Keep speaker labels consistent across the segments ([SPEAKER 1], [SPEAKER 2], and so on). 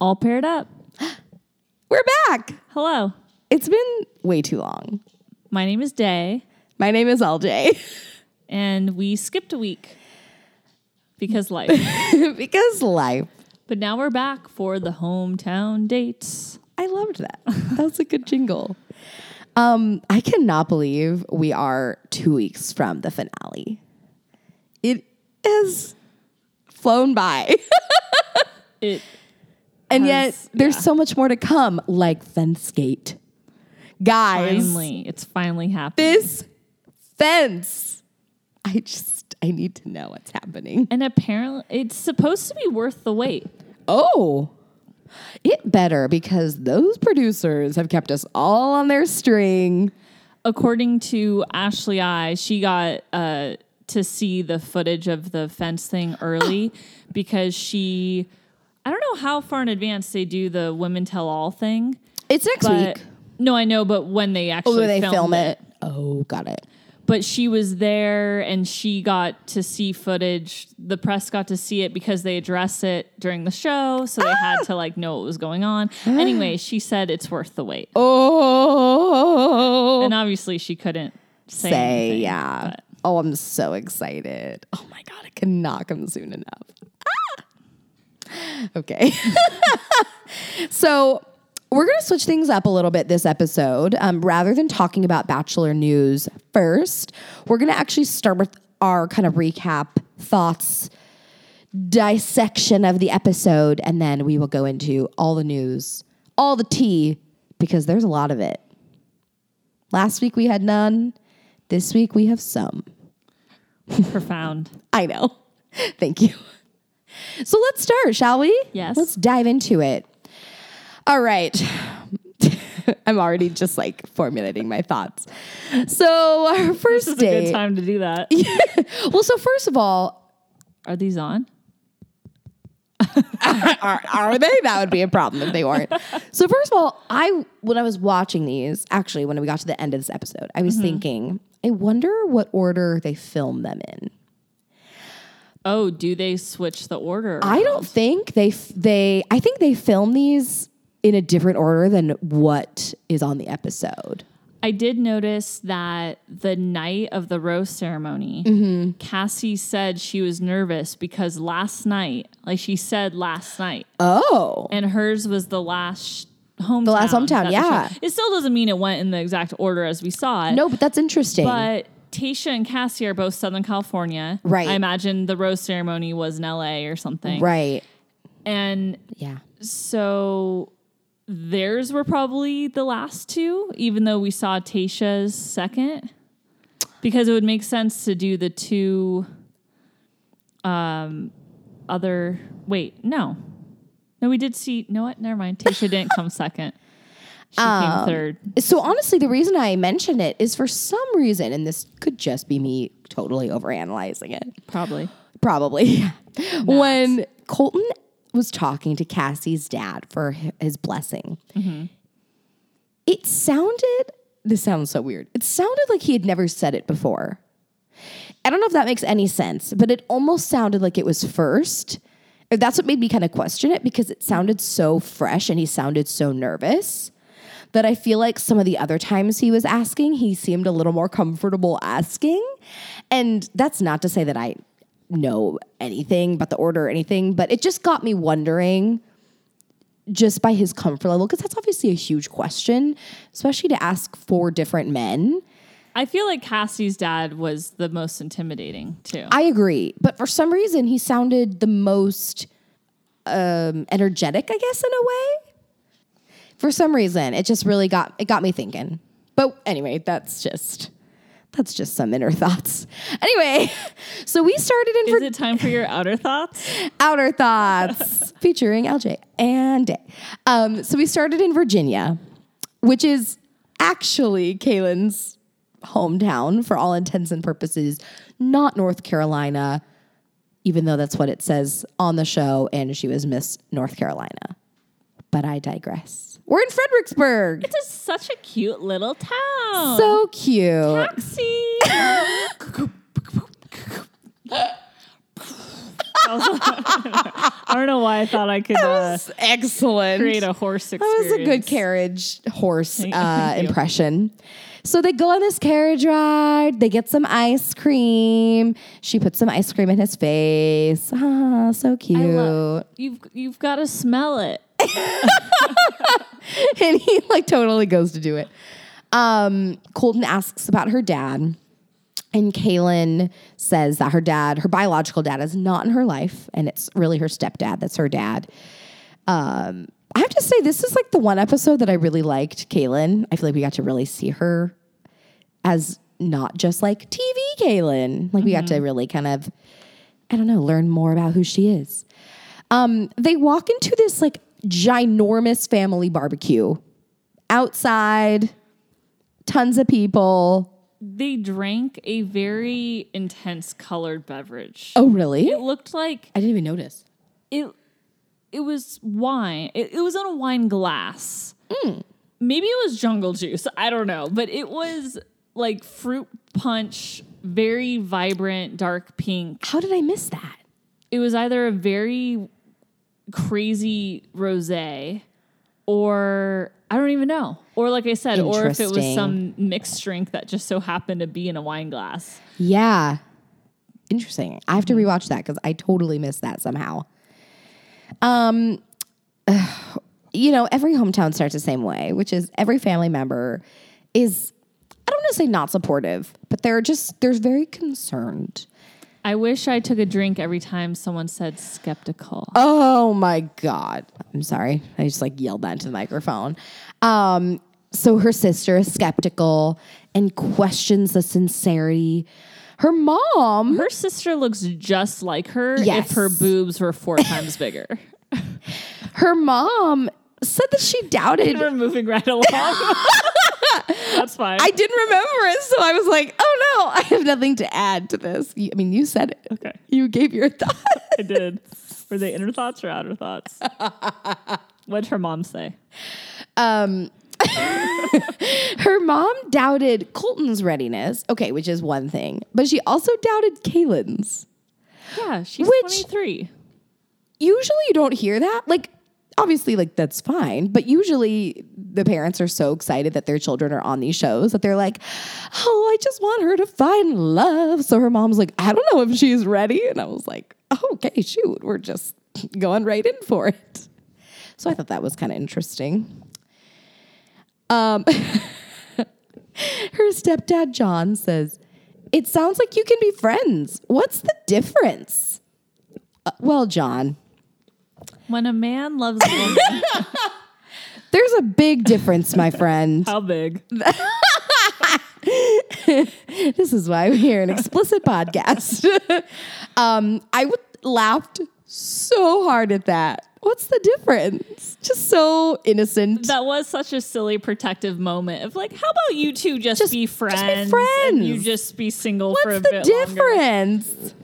[SPEAKER 1] All paired up.
[SPEAKER 2] We're back.
[SPEAKER 1] Hello.
[SPEAKER 2] It's been way too long.
[SPEAKER 1] My name is Day,
[SPEAKER 2] My name is LJ
[SPEAKER 1] and we skipped a week because life.
[SPEAKER 2] because life.
[SPEAKER 1] but now we're back for the hometown dates.
[SPEAKER 2] I loved that. That was a good jingle. Um, I cannot believe we are two weeks from the finale. It has flown by.
[SPEAKER 1] It
[SPEAKER 2] And
[SPEAKER 1] Has-
[SPEAKER 2] yet there's so much more to come, like fence gate. Guys,
[SPEAKER 1] finally, it's finally happened.
[SPEAKER 2] this fence. I just I need to know what's happening.
[SPEAKER 1] And apparently, it's supposed to be worth the wait.
[SPEAKER 2] Oh. It better because those producers have kept us all on their string.
[SPEAKER 1] According to Ashley I, she got uh, to see the footage of the fence thing early because she, I don't know how far in advance they do the women tell all thing.
[SPEAKER 2] It's next
[SPEAKER 1] But,
[SPEAKER 2] week.
[SPEAKER 1] no, I know, but when they actually
[SPEAKER 2] When Oh, they
[SPEAKER 1] filmed
[SPEAKER 2] film
[SPEAKER 1] it.
[SPEAKER 2] it. Oh, got it.
[SPEAKER 1] But she was there and she got to see footage. The press got to see it because they address it during the show. So they had to like know what was going on.
[SPEAKER 2] Ah.
[SPEAKER 1] anyway, she said it's worth the wait.
[SPEAKER 2] Oh,
[SPEAKER 1] And obviously she couldn't say,
[SPEAKER 2] say
[SPEAKER 1] anything,
[SPEAKER 2] yeah.
[SPEAKER 1] but
[SPEAKER 2] Oh, I'm so excited. Oh my god, it cannot come soon enough. Ah! Okay. so we're going to switch things up a little bit this episode. Um, rather than talking about Bachelor news first, we're going to actually start with our kind of recap thoughts, dissection of the episode, and then we will go into all the news, all the tea, because there's a lot of it. Last week we had none. This week we have some.
[SPEAKER 1] profound.
[SPEAKER 2] I know. Thank you. So let's start, shall we?
[SPEAKER 1] Yes.
[SPEAKER 2] Let's dive into it. All right. I'm already just like formulating my thoughts. So our
[SPEAKER 1] This
[SPEAKER 2] first
[SPEAKER 1] is a
[SPEAKER 2] date.
[SPEAKER 1] good time to do that.
[SPEAKER 2] Well, so first of all,
[SPEAKER 1] Are these on?
[SPEAKER 2] are, are they? That would be a problem if they weren't. So first of all, I when I was watching these, actually when we got to the end of this episode, I
[SPEAKER 1] Mm-hmm.
[SPEAKER 2] was thinking, I wonder what order they film them in.
[SPEAKER 1] Oh, do they switch the order?
[SPEAKER 2] I don't think they f- they I think they film these in a different order than what is on the episode.
[SPEAKER 1] I did notice that the night of the rose ceremony,
[SPEAKER 2] Mm-hmm.
[SPEAKER 1] Cassie said she was nervous because last night, like she said last night,
[SPEAKER 2] Oh.
[SPEAKER 1] and hers was the last hometown. The
[SPEAKER 2] last hometown, yeah.
[SPEAKER 1] It still doesn't mean it went in the exact order as we saw it.
[SPEAKER 2] No, but that's interesting.
[SPEAKER 1] But Tasha and Cassie are both Southern California.
[SPEAKER 2] Right.
[SPEAKER 1] I imagine the rose ceremony was in LA or something.
[SPEAKER 2] right.
[SPEAKER 1] And
[SPEAKER 2] Yeah.
[SPEAKER 1] so theirs were probably the last two, even though we saw Tasha's second, because it would make sense to do the two um, other. Wait, no. No, we did see. No, what? Never mind. Tasha didn't come second. She came third.
[SPEAKER 2] So honestly, the reason I mention it is for some reason and this could just be me totally overanalyzing it.
[SPEAKER 1] Probably.
[SPEAKER 2] Probably. When Colton was talking to Cassie's dad for hi- his blessing, it sounded, this sounds so weird. It sounded like he had never said it before. I don't know if that makes any sense, but it almost sounded like it was first. Or That's what made me kind of question it because it sounded so fresh and he sounded so nervous that I feel like some of the other times he was asking, he seemed a little more comfortable asking. And that's not to say that I know anything about the order or anything, but it just got me wondering just by his comfort level, because that's obviously a huge question, especially to ask four different men.
[SPEAKER 1] I feel like Cassie's dad was the most intimidating, too.
[SPEAKER 2] I agree, but for some reason he sounded the most um, energetic, I guess, in a way. For some reason, it just really got it got me thinking. But anyway, that's just that's just some inner thoughts. Anyway, so we started in for
[SPEAKER 1] Is it time for your outer thoughts?
[SPEAKER 2] Outer Thoughts featuring LJ and Day. Um, so we started in Virginia, which is actually Kaylin's hometown for all intents and purposes, not North Carolina, even though that's what it says on the show, and she was Miss North Carolina. But I digress. We're in Fredericksburg.
[SPEAKER 1] It's just such a cute little town.
[SPEAKER 2] So cute.
[SPEAKER 1] Roxy. I don't know why I thought I could uh,
[SPEAKER 2] That's excellent.
[SPEAKER 1] create a horse
[SPEAKER 2] That
[SPEAKER 1] experience.
[SPEAKER 2] was a good carriage horse uh,
[SPEAKER 1] Thank you.
[SPEAKER 2] impression. So they go on this carriage ride. They get some ice cream. She puts some ice cream in his face. Ah, so cute.
[SPEAKER 1] I love- You've you've got to smell it.
[SPEAKER 2] and he like totally goes to do it. Um, Colton asks about her dad, and Kaylin says that her dad, her biological dad, is not in her life, and it's really her stepdad that's her dad. Um, I have to say, this is like the one episode that I really liked Kaylin. I feel like we got to really see her as not just like TV Kaylin. Like we got to really kind of, I don't know, learn more about who she is. Um, they walk into this like ginormous family barbecue outside, tons of people.
[SPEAKER 1] They drank a very intense colored beverage.
[SPEAKER 2] Oh, really?
[SPEAKER 1] It looked like
[SPEAKER 2] I didn't even notice.
[SPEAKER 1] it it was wine. It, it was in a wine glass. Maybe it was jungle juice. I don't know, but it was like fruit punch, very vibrant dark pink.
[SPEAKER 2] How did I miss that?
[SPEAKER 1] It was either a very crazy rosé or I don't even know. Or like I said, or if it was
[SPEAKER 2] Interesting.
[SPEAKER 1] some mixed drink that just so happened to be in a wine glass.
[SPEAKER 2] Yeah. Interesting. I have to rewatch that because I totally missed that somehow. Um, you know, every hometown starts the same way, which is every family member is, I don't want to say not supportive, but they're just, they're very concerned.
[SPEAKER 1] I wish I took a drink every time someone said skeptical.
[SPEAKER 2] Oh my God. I'm sorry. I just like yelled that into the microphone. Um, so her sister is skeptical and questions the sincerity. Her mom
[SPEAKER 1] Her sister looks just like her
[SPEAKER 2] Yes.
[SPEAKER 1] if her boobs were four times bigger.
[SPEAKER 2] her mom said that she doubted.
[SPEAKER 1] We're moving right along. That's fine.
[SPEAKER 2] I didn't remember it, so I was like, "Oh no, I have nothing to add to this." You- I mean, you said it.
[SPEAKER 1] okay,
[SPEAKER 2] You gave your thought.
[SPEAKER 1] I did. Were they inner thoughts or outer thoughts? What'd her mom say?
[SPEAKER 2] Her mom doubted Colton's readiness. Okay, which is one thing, but she also doubted Kaylin's.
[SPEAKER 1] Yeah, she's
[SPEAKER 2] Which-
[SPEAKER 1] 23.
[SPEAKER 2] Usually, you don't hear that. Like, obviously, like that's fine, but usually the parents are so excited that their children are on these shows that they're like, "Oh, I just want her to find love." So her mom's like, "I don't know if she's ready," and I was like, oh, "Okay, shoot, we're just going right in for it." So I thought that was kind of interesting. Um, her stepdad, John, says, It sounds like you can be friends. What's the difference? Uh, well, John,
[SPEAKER 1] When a man loves a woman,
[SPEAKER 2] there's a big difference, my friend.
[SPEAKER 1] how big?
[SPEAKER 2] This is why we're here, an explicit podcast. um, I would, laughed so hard at that. What's the difference? Just so innocent.
[SPEAKER 1] That was such a silly protective moment of like, how about you two just,
[SPEAKER 2] Just-
[SPEAKER 1] be
[SPEAKER 2] just be
[SPEAKER 1] friends? and
[SPEAKER 2] friends.
[SPEAKER 1] you just be single for a
[SPEAKER 2] What's the
[SPEAKER 1] bit longer.
[SPEAKER 2] difference?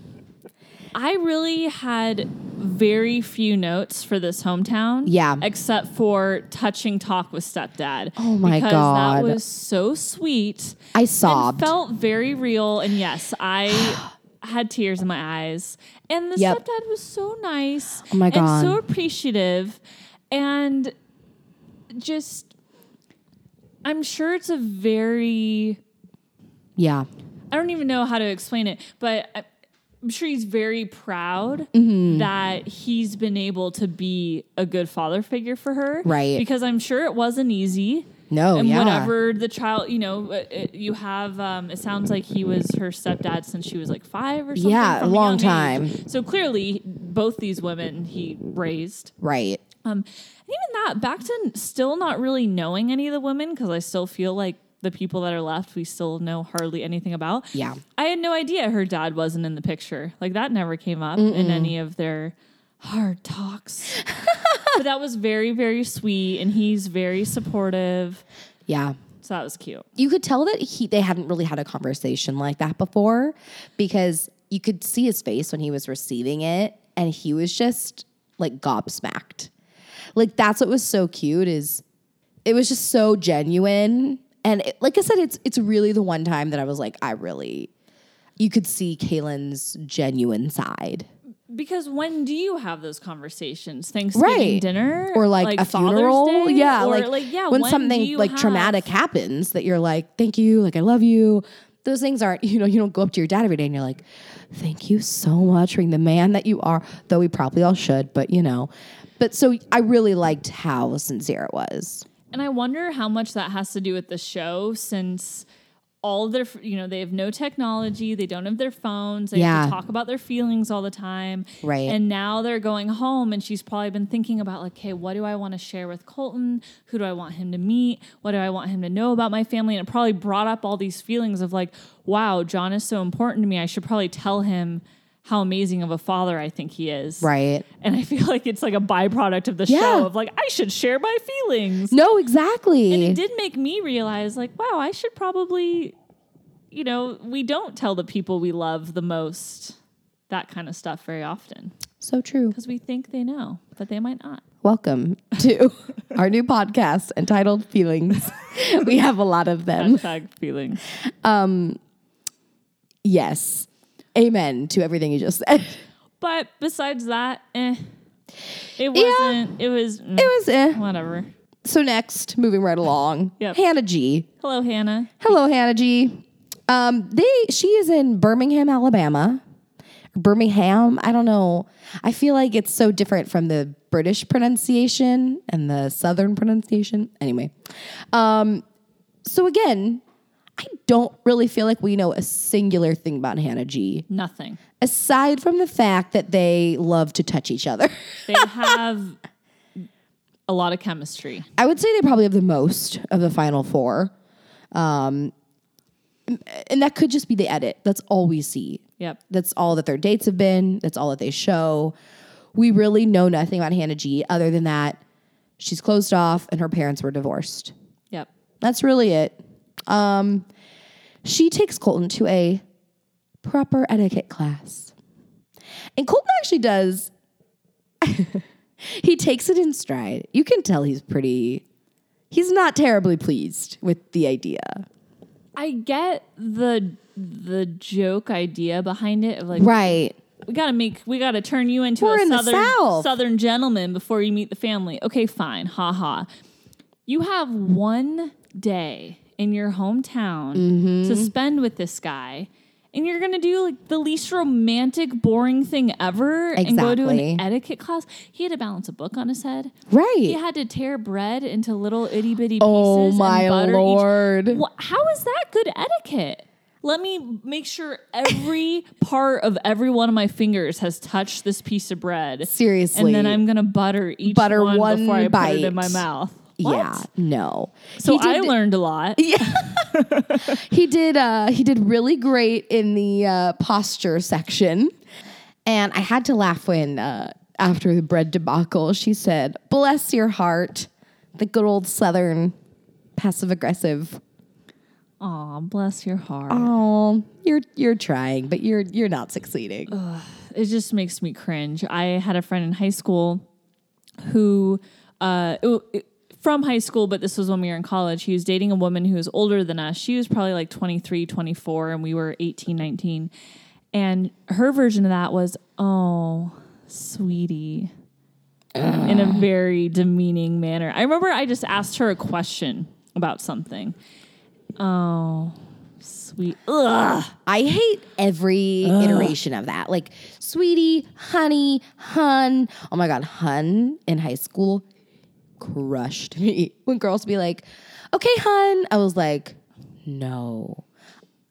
[SPEAKER 1] I really had very few notes for this hometown.
[SPEAKER 2] Yeah.
[SPEAKER 1] Except for touching talk with stepdad.
[SPEAKER 2] Oh my
[SPEAKER 1] because
[SPEAKER 2] God.
[SPEAKER 1] That was so sweet.
[SPEAKER 2] I
[SPEAKER 1] and
[SPEAKER 2] sobbed.
[SPEAKER 1] felt very real. And yes, I had tears in my eyes. And the
[SPEAKER 2] Yep.
[SPEAKER 1] stepdad was so nice.
[SPEAKER 2] Oh my
[SPEAKER 1] And so
[SPEAKER 2] God.
[SPEAKER 1] appreciative. And just I'm sure it's a very
[SPEAKER 2] yeah.
[SPEAKER 1] I don't even know how to explain it, but I'm sure he's very proud
[SPEAKER 2] Mm-hmm.
[SPEAKER 1] that he's been able to be a good father figure for her.
[SPEAKER 2] Right.
[SPEAKER 1] Because I'm sure it wasn't easy.
[SPEAKER 2] No,
[SPEAKER 1] and
[SPEAKER 2] yeah.
[SPEAKER 1] whatever the child, you know, uh, uh, you have, um, it sounds like he was her stepdad since she was like five or something.
[SPEAKER 2] Yeah,
[SPEAKER 1] from
[SPEAKER 2] a long
[SPEAKER 1] young age.
[SPEAKER 2] time.
[SPEAKER 1] So clearly, both these women he raised.
[SPEAKER 2] Right.
[SPEAKER 1] Um, and even that, back to n- still not really knowing any of the women because I still feel like the people that are left, we still know hardly anything about.
[SPEAKER 2] Yeah.
[SPEAKER 1] I had no idea her dad wasn't in the picture. Like that never came up in any of their hard talks. but that was very, very sweet, and he's very supportive.
[SPEAKER 2] Yeah.
[SPEAKER 1] So that was cute.
[SPEAKER 2] you could tell that he they hadn't really had a conversation like that before because you could see his face when he was receiving it and he was just like gobsmacked like that's what was so cute is it was just so genuine and it, like i said it's it's really the one time that i was like i really you could see Kaylin's genuine side
[SPEAKER 1] Because when do you have those conversations? Thanksgiving
[SPEAKER 2] Right.
[SPEAKER 1] dinner
[SPEAKER 2] or like, a
[SPEAKER 1] Father's
[SPEAKER 2] funeral.
[SPEAKER 1] Day?
[SPEAKER 2] Yeah,
[SPEAKER 1] Or,
[SPEAKER 2] like,
[SPEAKER 1] yeah,
[SPEAKER 2] when,
[SPEAKER 1] do
[SPEAKER 2] something
[SPEAKER 1] you
[SPEAKER 2] like
[SPEAKER 1] have-
[SPEAKER 2] traumatic happens that you're like, thank you, like I love you. Those things aren't, you know, you don't go up to your dad every day and you're like, thank you so much for being the man that you are. Though we probably all should, but you know. But so I really liked how sincere it was.
[SPEAKER 1] And I wonder how much that has to do with the show since all their, you know, they have no technology, they don't have their phones, they have
[SPEAKER 2] Yeah.
[SPEAKER 1] to talk about their feelings all the time.
[SPEAKER 2] Right.
[SPEAKER 1] And now they're going home and she's probably been thinking about, like, hey, what do I want to share with Colton? Who do I want him to meet? What do I want him to know about my family? And it probably brought up all these feelings of, like, wow, John is so important to me. I should probably tell him how amazing of a father I think he is.
[SPEAKER 2] Right.
[SPEAKER 1] And I feel like it's like a byproduct of the
[SPEAKER 2] Yeah.
[SPEAKER 1] show of, like, I should share my feelings
[SPEAKER 2] No, exactly.
[SPEAKER 1] it did make me realize like wow i should probably you know we don't tell the people we love the most that kind of stuff very often
[SPEAKER 2] so true.
[SPEAKER 1] because we think they know but they might not
[SPEAKER 2] Welcome to our new podcast entitled Feelings. we have a lot of them.
[SPEAKER 1] Hashtag feelings
[SPEAKER 2] Yes. Amen to everything you just said.
[SPEAKER 1] but besides that eh, it wasn't it was mm,
[SPEAKER 2] It was eh.
[SPEAKER 1] whatever
[SPEAKER 2] So next, moving right along,
[SPEAKER 1] Yep.
[SPEAKER 2] Hannah G.
[SPEAKER 1] hello hannah
[SPEAKER 2] Hello, Hannah G. Um, they she is in Birmingham, Alabama. Birmingham, I don't know. I feel like it's so different from the British pronunciation and the Southern pronunciation. Anyway, um, so again, I don't really feel like we know a singular thing about Hannah G.
[SPEAKER 1] nothing
[SPEAKER 2] Aside from the fact that they love to touch each other,
[SPEAKER 1] they have a lot of chemistry
[SPEAKER 2] I would say they probably have the most of the final four. Um, and that could just be the edit. That's all we see.
[SPEAKER 1] yep
[SPEAKER 2] That's all that their dates have been. That's all that they show. We really know nothing about Hannah G other than that she's closed off and her parents were divorced.
[SPEAKER 1] yep
[SPEAKER 2] That's really it. Um, she takes Colton to a proper etiquette class. And Colton actually does, he takes it in stride. You can tell he's pretty, he's not terribly pleased with the idea.
[SPEAKER 1] i get the the joke idea behind it of like
[SPEAKER 2] Right.
[SPEAKER 1] we gotta make we gotta turn you into
[SPEAKER 2] We're
[SPEAKER 1] a
[SPEAKER 2] in the
[SPEAKER 1] southern
[SPEAKER 2] South.
[SPEAKER 1] southern gentleman before you meet the family. Okay, fine, ha ha. You have one day in your hometown
[SPEAKER 2] Mm-hmm.
[SPEAKER 1] to spend with this guy, and you're gonna do like the least romantic, boring thing ever, and go to
[SPEAKER 2] Exactly.
[SPEAKER 1] an etiquette class. He had to balance a book on his head.
[SPEAKER 2] Right.
[SPEAKER 1] He had to tear bread into little itty bitty pieces.
[SPEAKER 2] Oh, my
[SPEAKER 1] and butter
[SPEAKER 2] Lord.
[SPEAKER 1] Each. Wha- how is that good etiquette? Let me make sure every part of every one of my fingers has touched this piece of bread.
[SPEAKER 2] Seriously.
[SPEAKER 1] And then I'm gonna butter each
[SPEAKER 2] Butter
[SPEAKER 1] one,
[SPEAKER 2] one
[SPEAKER 1] before I put it
[SPEAKER 2] bite.
[SPEAKER 1] in my mouth. What?
[SPEAKER 2] Yeah, no.
[SPEAKER 1] So
[SPEAKER 2] He
[SPEAKER 1] I
[SPEAKER 2] did-
[SPEAKER 1] learned a lot.
[SPEAKER 2] he did uh he did really great in the uh posture section and i had to laugh when uh after the bread debacle she said bless your heart the good old southern passive aggressive
[SPEAKER 1] Aw, bless your heart.
[SPEAKER 2] oh you're you're trying but you're you're not succeeding
[SPEAKER 1] it just makes me cringe. I had a friend in high school who, uh, it- it- from high school, but this was when we were in college, he was dating a woman who was older than us. She was probably like 23, 24, and we were 18, 19. And her version of that was, oh, sweetie, in a very demeaning manner. I remember I just asked her a question about something. Oh, sweet. Ugh.
[SPEAKER 2] I hate every iteration of that. Like, sweetie, honey, hun. Oh my God, hun in high school crushed me. When girls be like, okay, hun. I was like, no,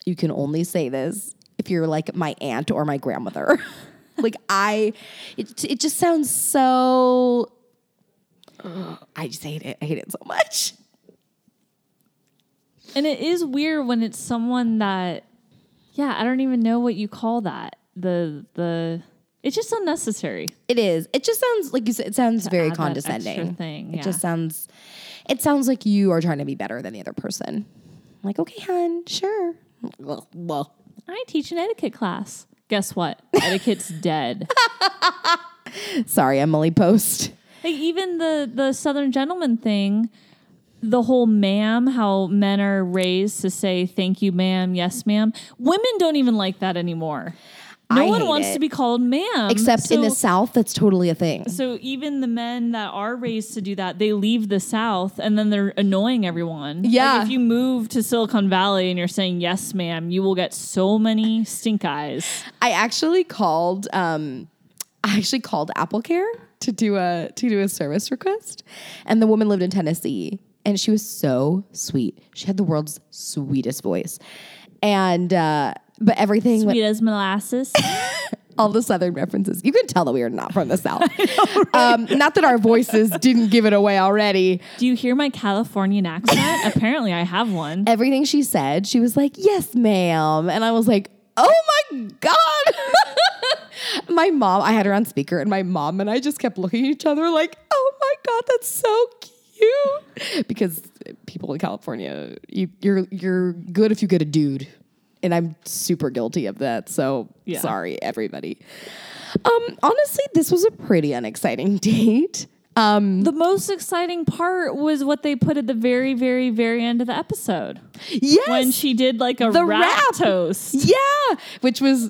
[SPEAKER 2] you can only say this if you're like my aunt or my grandmother. like, I, it, it just sounds so, I just hate it. I hate it so much.
[SPEAKER 1] And it is weird when it's someone that, yeah, I don't even know what you call that. The the it's just unnecessary.
[SPEAKER 2] It is. It just sounds like you said. It sounds very
[SPEAKER 1] add that
[SPEAKER 2] condescending.
[SPEAKER 1] extra thing,
[SPEAKER 2] It
[SPEAKER 1] yeah.
[SPEAKER 2] just sounds. It sounds like you are trying to be better than the other person. Like, okay, hun, sure. Well, well,
[SPEAKER 1] I teach an etiquette class. Guess what? Etiquette's dead.
[SPEAKER 2] sorry, Emily Post.
[SPEAKER 1] Like even the the Southern gentleman thing, the whole ma'am, how men are raised to say thank you, ma'am, yes, ma'am. Women don't even like that anymore. No
[SPEAKER 2] I
[SPEAKER 1] one
[SPEAKER 2] hate
[SPEAKER 1] wants
[SPEAKER 2] it.
[SPEAKER 1] to be called ma'am.
[SPEAKER 2] Except in the
[SPEAKER 1] So-
[SPEAKER 2] South, that's totally a thing.
[SPEAKER 1] So even the men that are raised to do that, they leave the South and then they're annoying everyone. Like,
[SPEAKER 2] Yeah.
[SPEAKER 1] if you move to Silicon Valley and you're saying yes, ma'am, you will get so many stink eyes.
[SPEAKER 2] I actually called um I actually called Apple Care to do a to do a service request and the woman lived in Tennessee and she was so sweet. She had the world's sweetest voice. And uh but everything went
[SPEAKER 1] Sweet as molasses.
[SPEAKER 2] all the southern references. You can tell that we are not from the south. um, not that our voices didn't give it away already.
[SPEAKER 1] do you hear my Californian accent? Apparently, I have one.
[SPEAKER 2] Everything she said, she was like, "Yes, ma'am," and I was like, "Oh my god!" my mom, I had her on speaker, and my mom and I just kept looking at each other like, "Oh my god, that's so cute," because people in California, you, you're you're good if you get a dude, and I'm super guilty of that. So
[SPEAKER 1] Yeah.
[SPEAKER 2] sorry, everybody. Um, honestly, this was a pretty unexciting date. Um,
[SPEAKER 1] The most exciting part was what they put at the very, very, very end of the episode
[SPEAKER 2] yes,
[SPEAKER 1] when she did like a
[SPEAKER 2] The
[SPEAKER 1] rat
[SPEAKER 2] rap.
[SPEAKER 1] toast.
[SPEAKER 2] Yeah, which was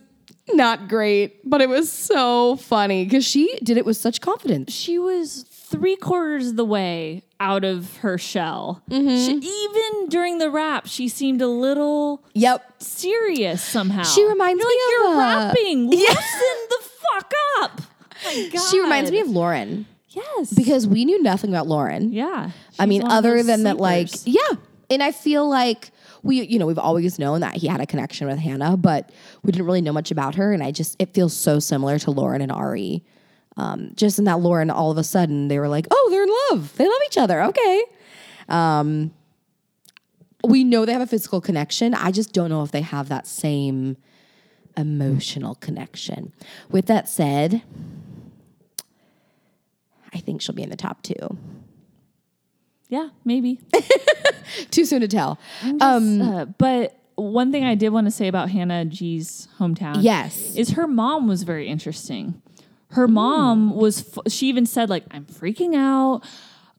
[SPEAKER 2] not great, but it was so funny because she did it with such confidence.
[SPEAKER 1] she was three quarters of the way out of her shell.
[SPEAKER 2] Mm-hmm.
[SPEAKER 1] She, even during the rap, she seemed a little
[SPEAKER 2] Yep.
[SPEAKER 1] serious somehow.
[SPEAKER 2] She reminds
[SPEAKER 1] you're
[SPEAKER 2] me
[SPEAKER 1] like,
[SPEAKER 2] of
[SPEAKER 1] you're
[SPEAKER 2] uh,
[SPEAKER 1] rapping.
[SPEAKER 2] Yeah. Oh
[SPEAKER 1] Listen the fuck up. My God.
[SPEAKER 2] She reminds me of Lauren
[SPEAKER 1] yes.
[SPEAKER 2] because we knew nothing about Lauren.
[SPEAKER 1] yeah,
[SPEAKER 2] I mean, other than that, like,
[SPEAKER 1] yeah.
[SPEAKER 2] yeah. And I feel like we, you know, we've always known that he had a connection with Hannah, but we didn't really know much about her. And I just, it feels so similar to Lauren and Ari. Um, just in that Lauren, all of a sudden, they were like, oh, they're in love. They love each other. Okay. Um, we know they have a physical connection. I just don't know if they have that same emotional connection. With that said, I think she'll be in the top two.
[SPEAKER 1] yeah, maybe.
[SPEAKER 2] Too soon to tell. Um,
[SPEAKER 1] Uh, but one thing I did want to say about Hannah G's hometown,
[SPEAKER 2] Yes.
[SPEAKER 1] is her mom was very interesting. Her
[SPEAKER 2] Hmm.
[SPEAKER 1] mom was. F- she even said like, "I'm freaking out."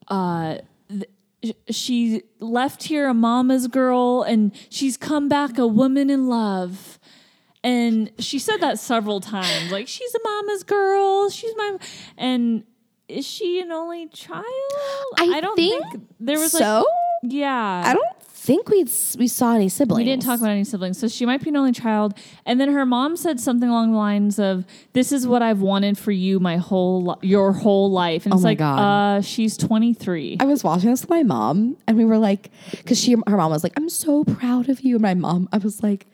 [SPEAKER 1] Uh, th- sh- she left here a mama's girl, and she's come back a woman in love. And she said that several times. Like she's a mama's girl. She's my and is she an only child?
[SPEAKER 2] I
[SPEAKER 1] don't
[SPEAKER 2] think
[SPEAKER 1] there was
[SPEAKER 2] so?
[SPEAKER 1] like yeah.
[SPEAKER 2] I don't think we we saw any siblings.
[SPEAKER 1] We didn't talk about any siblings, so she might be an only child. And then her mom said something along the lines of, "This is what I've wanted for you my whole li- your whole life." And it's
[SPEAKER 2] Oh my
[SPEAKER 1] like,
[SPEAKER 2] God.
[SPEAKER 1] uh, she's 23.
[SPEAKER 2] I was watching this with my mom, and we were like, because she her mom was like, "I'm so proud of you." And my mom, I was like,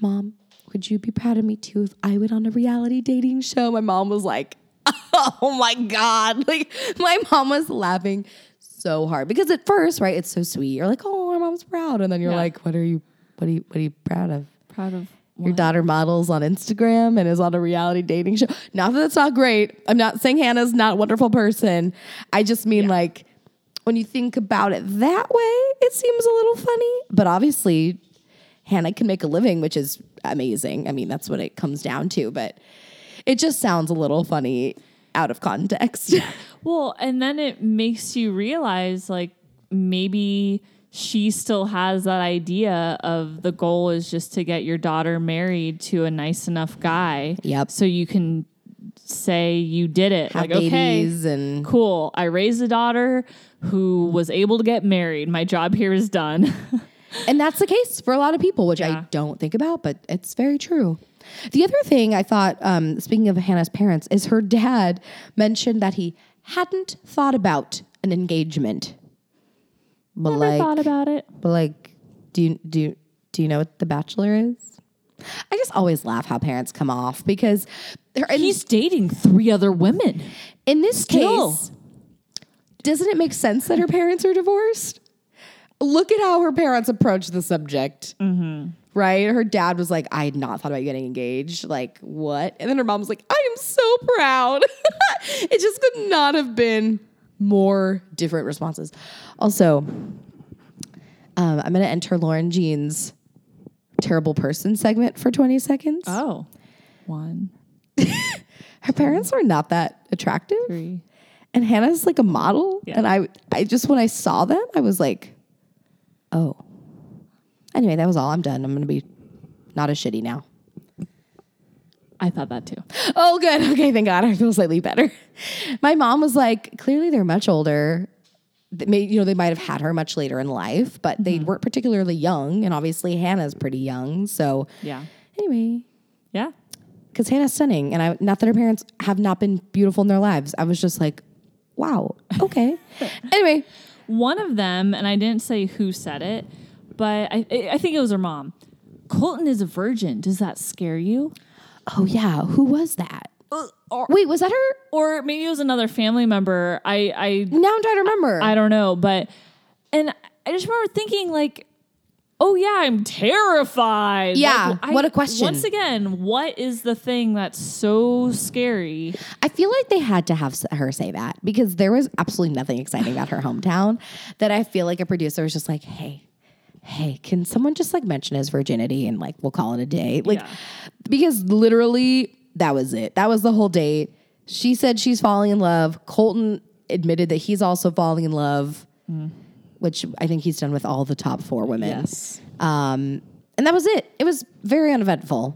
[SPEAKER 2] "Mom, would you be proud of me too if I went on a reality dating show?" My mom was like, "Oh my god!" Like my mom was laughing so hard because at first, right, it's so sweet. You're like, "Oh, our mom's proud," and then you're
[SPEAKER 1] Yeah.
[SPEAKER 2] like, "What are you? What are you? What are you proud of?"
[SPEAKER 1] proud of
[SPEAKER 2] Your daughter models on Instagram and is on a reality dating show. Not that it's not great. I'm not saying Hannah's not a wonderful person. I just mean like when you think about it that way, it seems a little funny. But obviously, Hannah can make a living, which is amazing. I mean, that's what it comes down to. But it just sounds a little funny out of context.
[SPEAKER 1] Well, and then it makes you realize like maybe she still has that idea of the goal is just to get your daughter married to a nice enough guy.
[SPEAKER 2] Yep.
[SPEAKER 1] So you can say you did it.
[SPEAKER 2] Have
[SPEAKER 1] like okay.
[SPEAKER 2] babies and
[SPEAKER 1] cool. I raised a daughter who was able to get married. My job here is done.
[SPEAKER 2] And that's the case for a lot of people, which I
[SPEAKER 1] Yeah.
[SPEAKER 2] don't think about, but it's very true. The other thing I thought, um, speaking of Hannah's parents, is her dad mentioned that he hadn't thought about an engagement. But
[SPEAKER 1] Never
[SPEAKER 2] like,
[SPEAKER 1] thought about it.
[SPEAKER 2] but like, do you do you, do you know what The Bachelor is? I just always laugh how parents come off because they're in,
[SPEAKER 1] He's dating three other women.
[SPEAKER 2] in this
[SPEAKER 1] Still.
[SPEAKER 2] case. Doesn't it make sense that her parents are divorced? Look at how her parents approached the subject. right? Her dad was like, I had not thought about getting engaged. Like, what? And then her mom was like, I am so proud. it just could not have been more different responses. Also, um, I'm going to enter Lauren Jean's terrible person segment for 20 seconds.
[SPEAKER 1] Oh. One,
[SPEAKER 2] Her parents are not that attractive.
[SPEAKER 1] three.
[SPEAKER 2] And Hannah's like a model.
[SPEAKER 1] Yeah.
[SPEAKER 2] And I, I just, when I saw them, I was like, oh. Anyway, that was all. I'm done. I'm going to be not as shitty now.
[SPEAKER 1] I thought that too.
[SPEAKER 2] Oh, good. Okay, thank God. I feel slightly better. My mom was like, clearly they're much older. They may, you know, they might have had her much later in life, but they weren't particularly young. And obviously, Hannah's pretty young. So,
[SPEAKER 1] Yeah.
[SPEAKER 2] anyway,
[SPEAKER 1] Yeah.
[SPEAKER 2] because Hannah's stunning, and I not that her parents have not been beautiful in their lives. I was just like, wow, okay. anyway,
[SPEAKER 1] One of them, and I didn't say who said it, but I, I I think it was her mom. Colton is a virgin. Does that scare you?
[SPEAKER 2] oh yeah, who was that?
[SPEAKER 1] Uh, Or,
[SPEAKER 2] Wait, was that her?
[SPEAKER 1] or maybe it was another family member. I, I
[SPEAKER 2] Now I'm trying to remember.
[SPEAKER 1] I don't know, but and I just remember thinking like, oh yeah, I'm terrified.
[SPEAKER 2] Yeah,
[SPEAKER 1] Like, I-
[SPEAKER 2] what a question.
[SPEAKER 1] Once again, what is the thing that's so scary?
[SPEAKER 2] I feel like they had to have s- her say that because there was absolutely nothing exciting about her hometown that I feel like a producer was just like, hey, hey, can someone just like mention his virginity and like we'll call it a day? Like,
[SPEAKER 1] Yeah.
[SPEAKER 2] because literally that was it. That was the whole date. She said she's falling in love. Colton admitted that he's also falling in love, which I think he's done with all the top four women. Um, and that was it. It was very uneventful.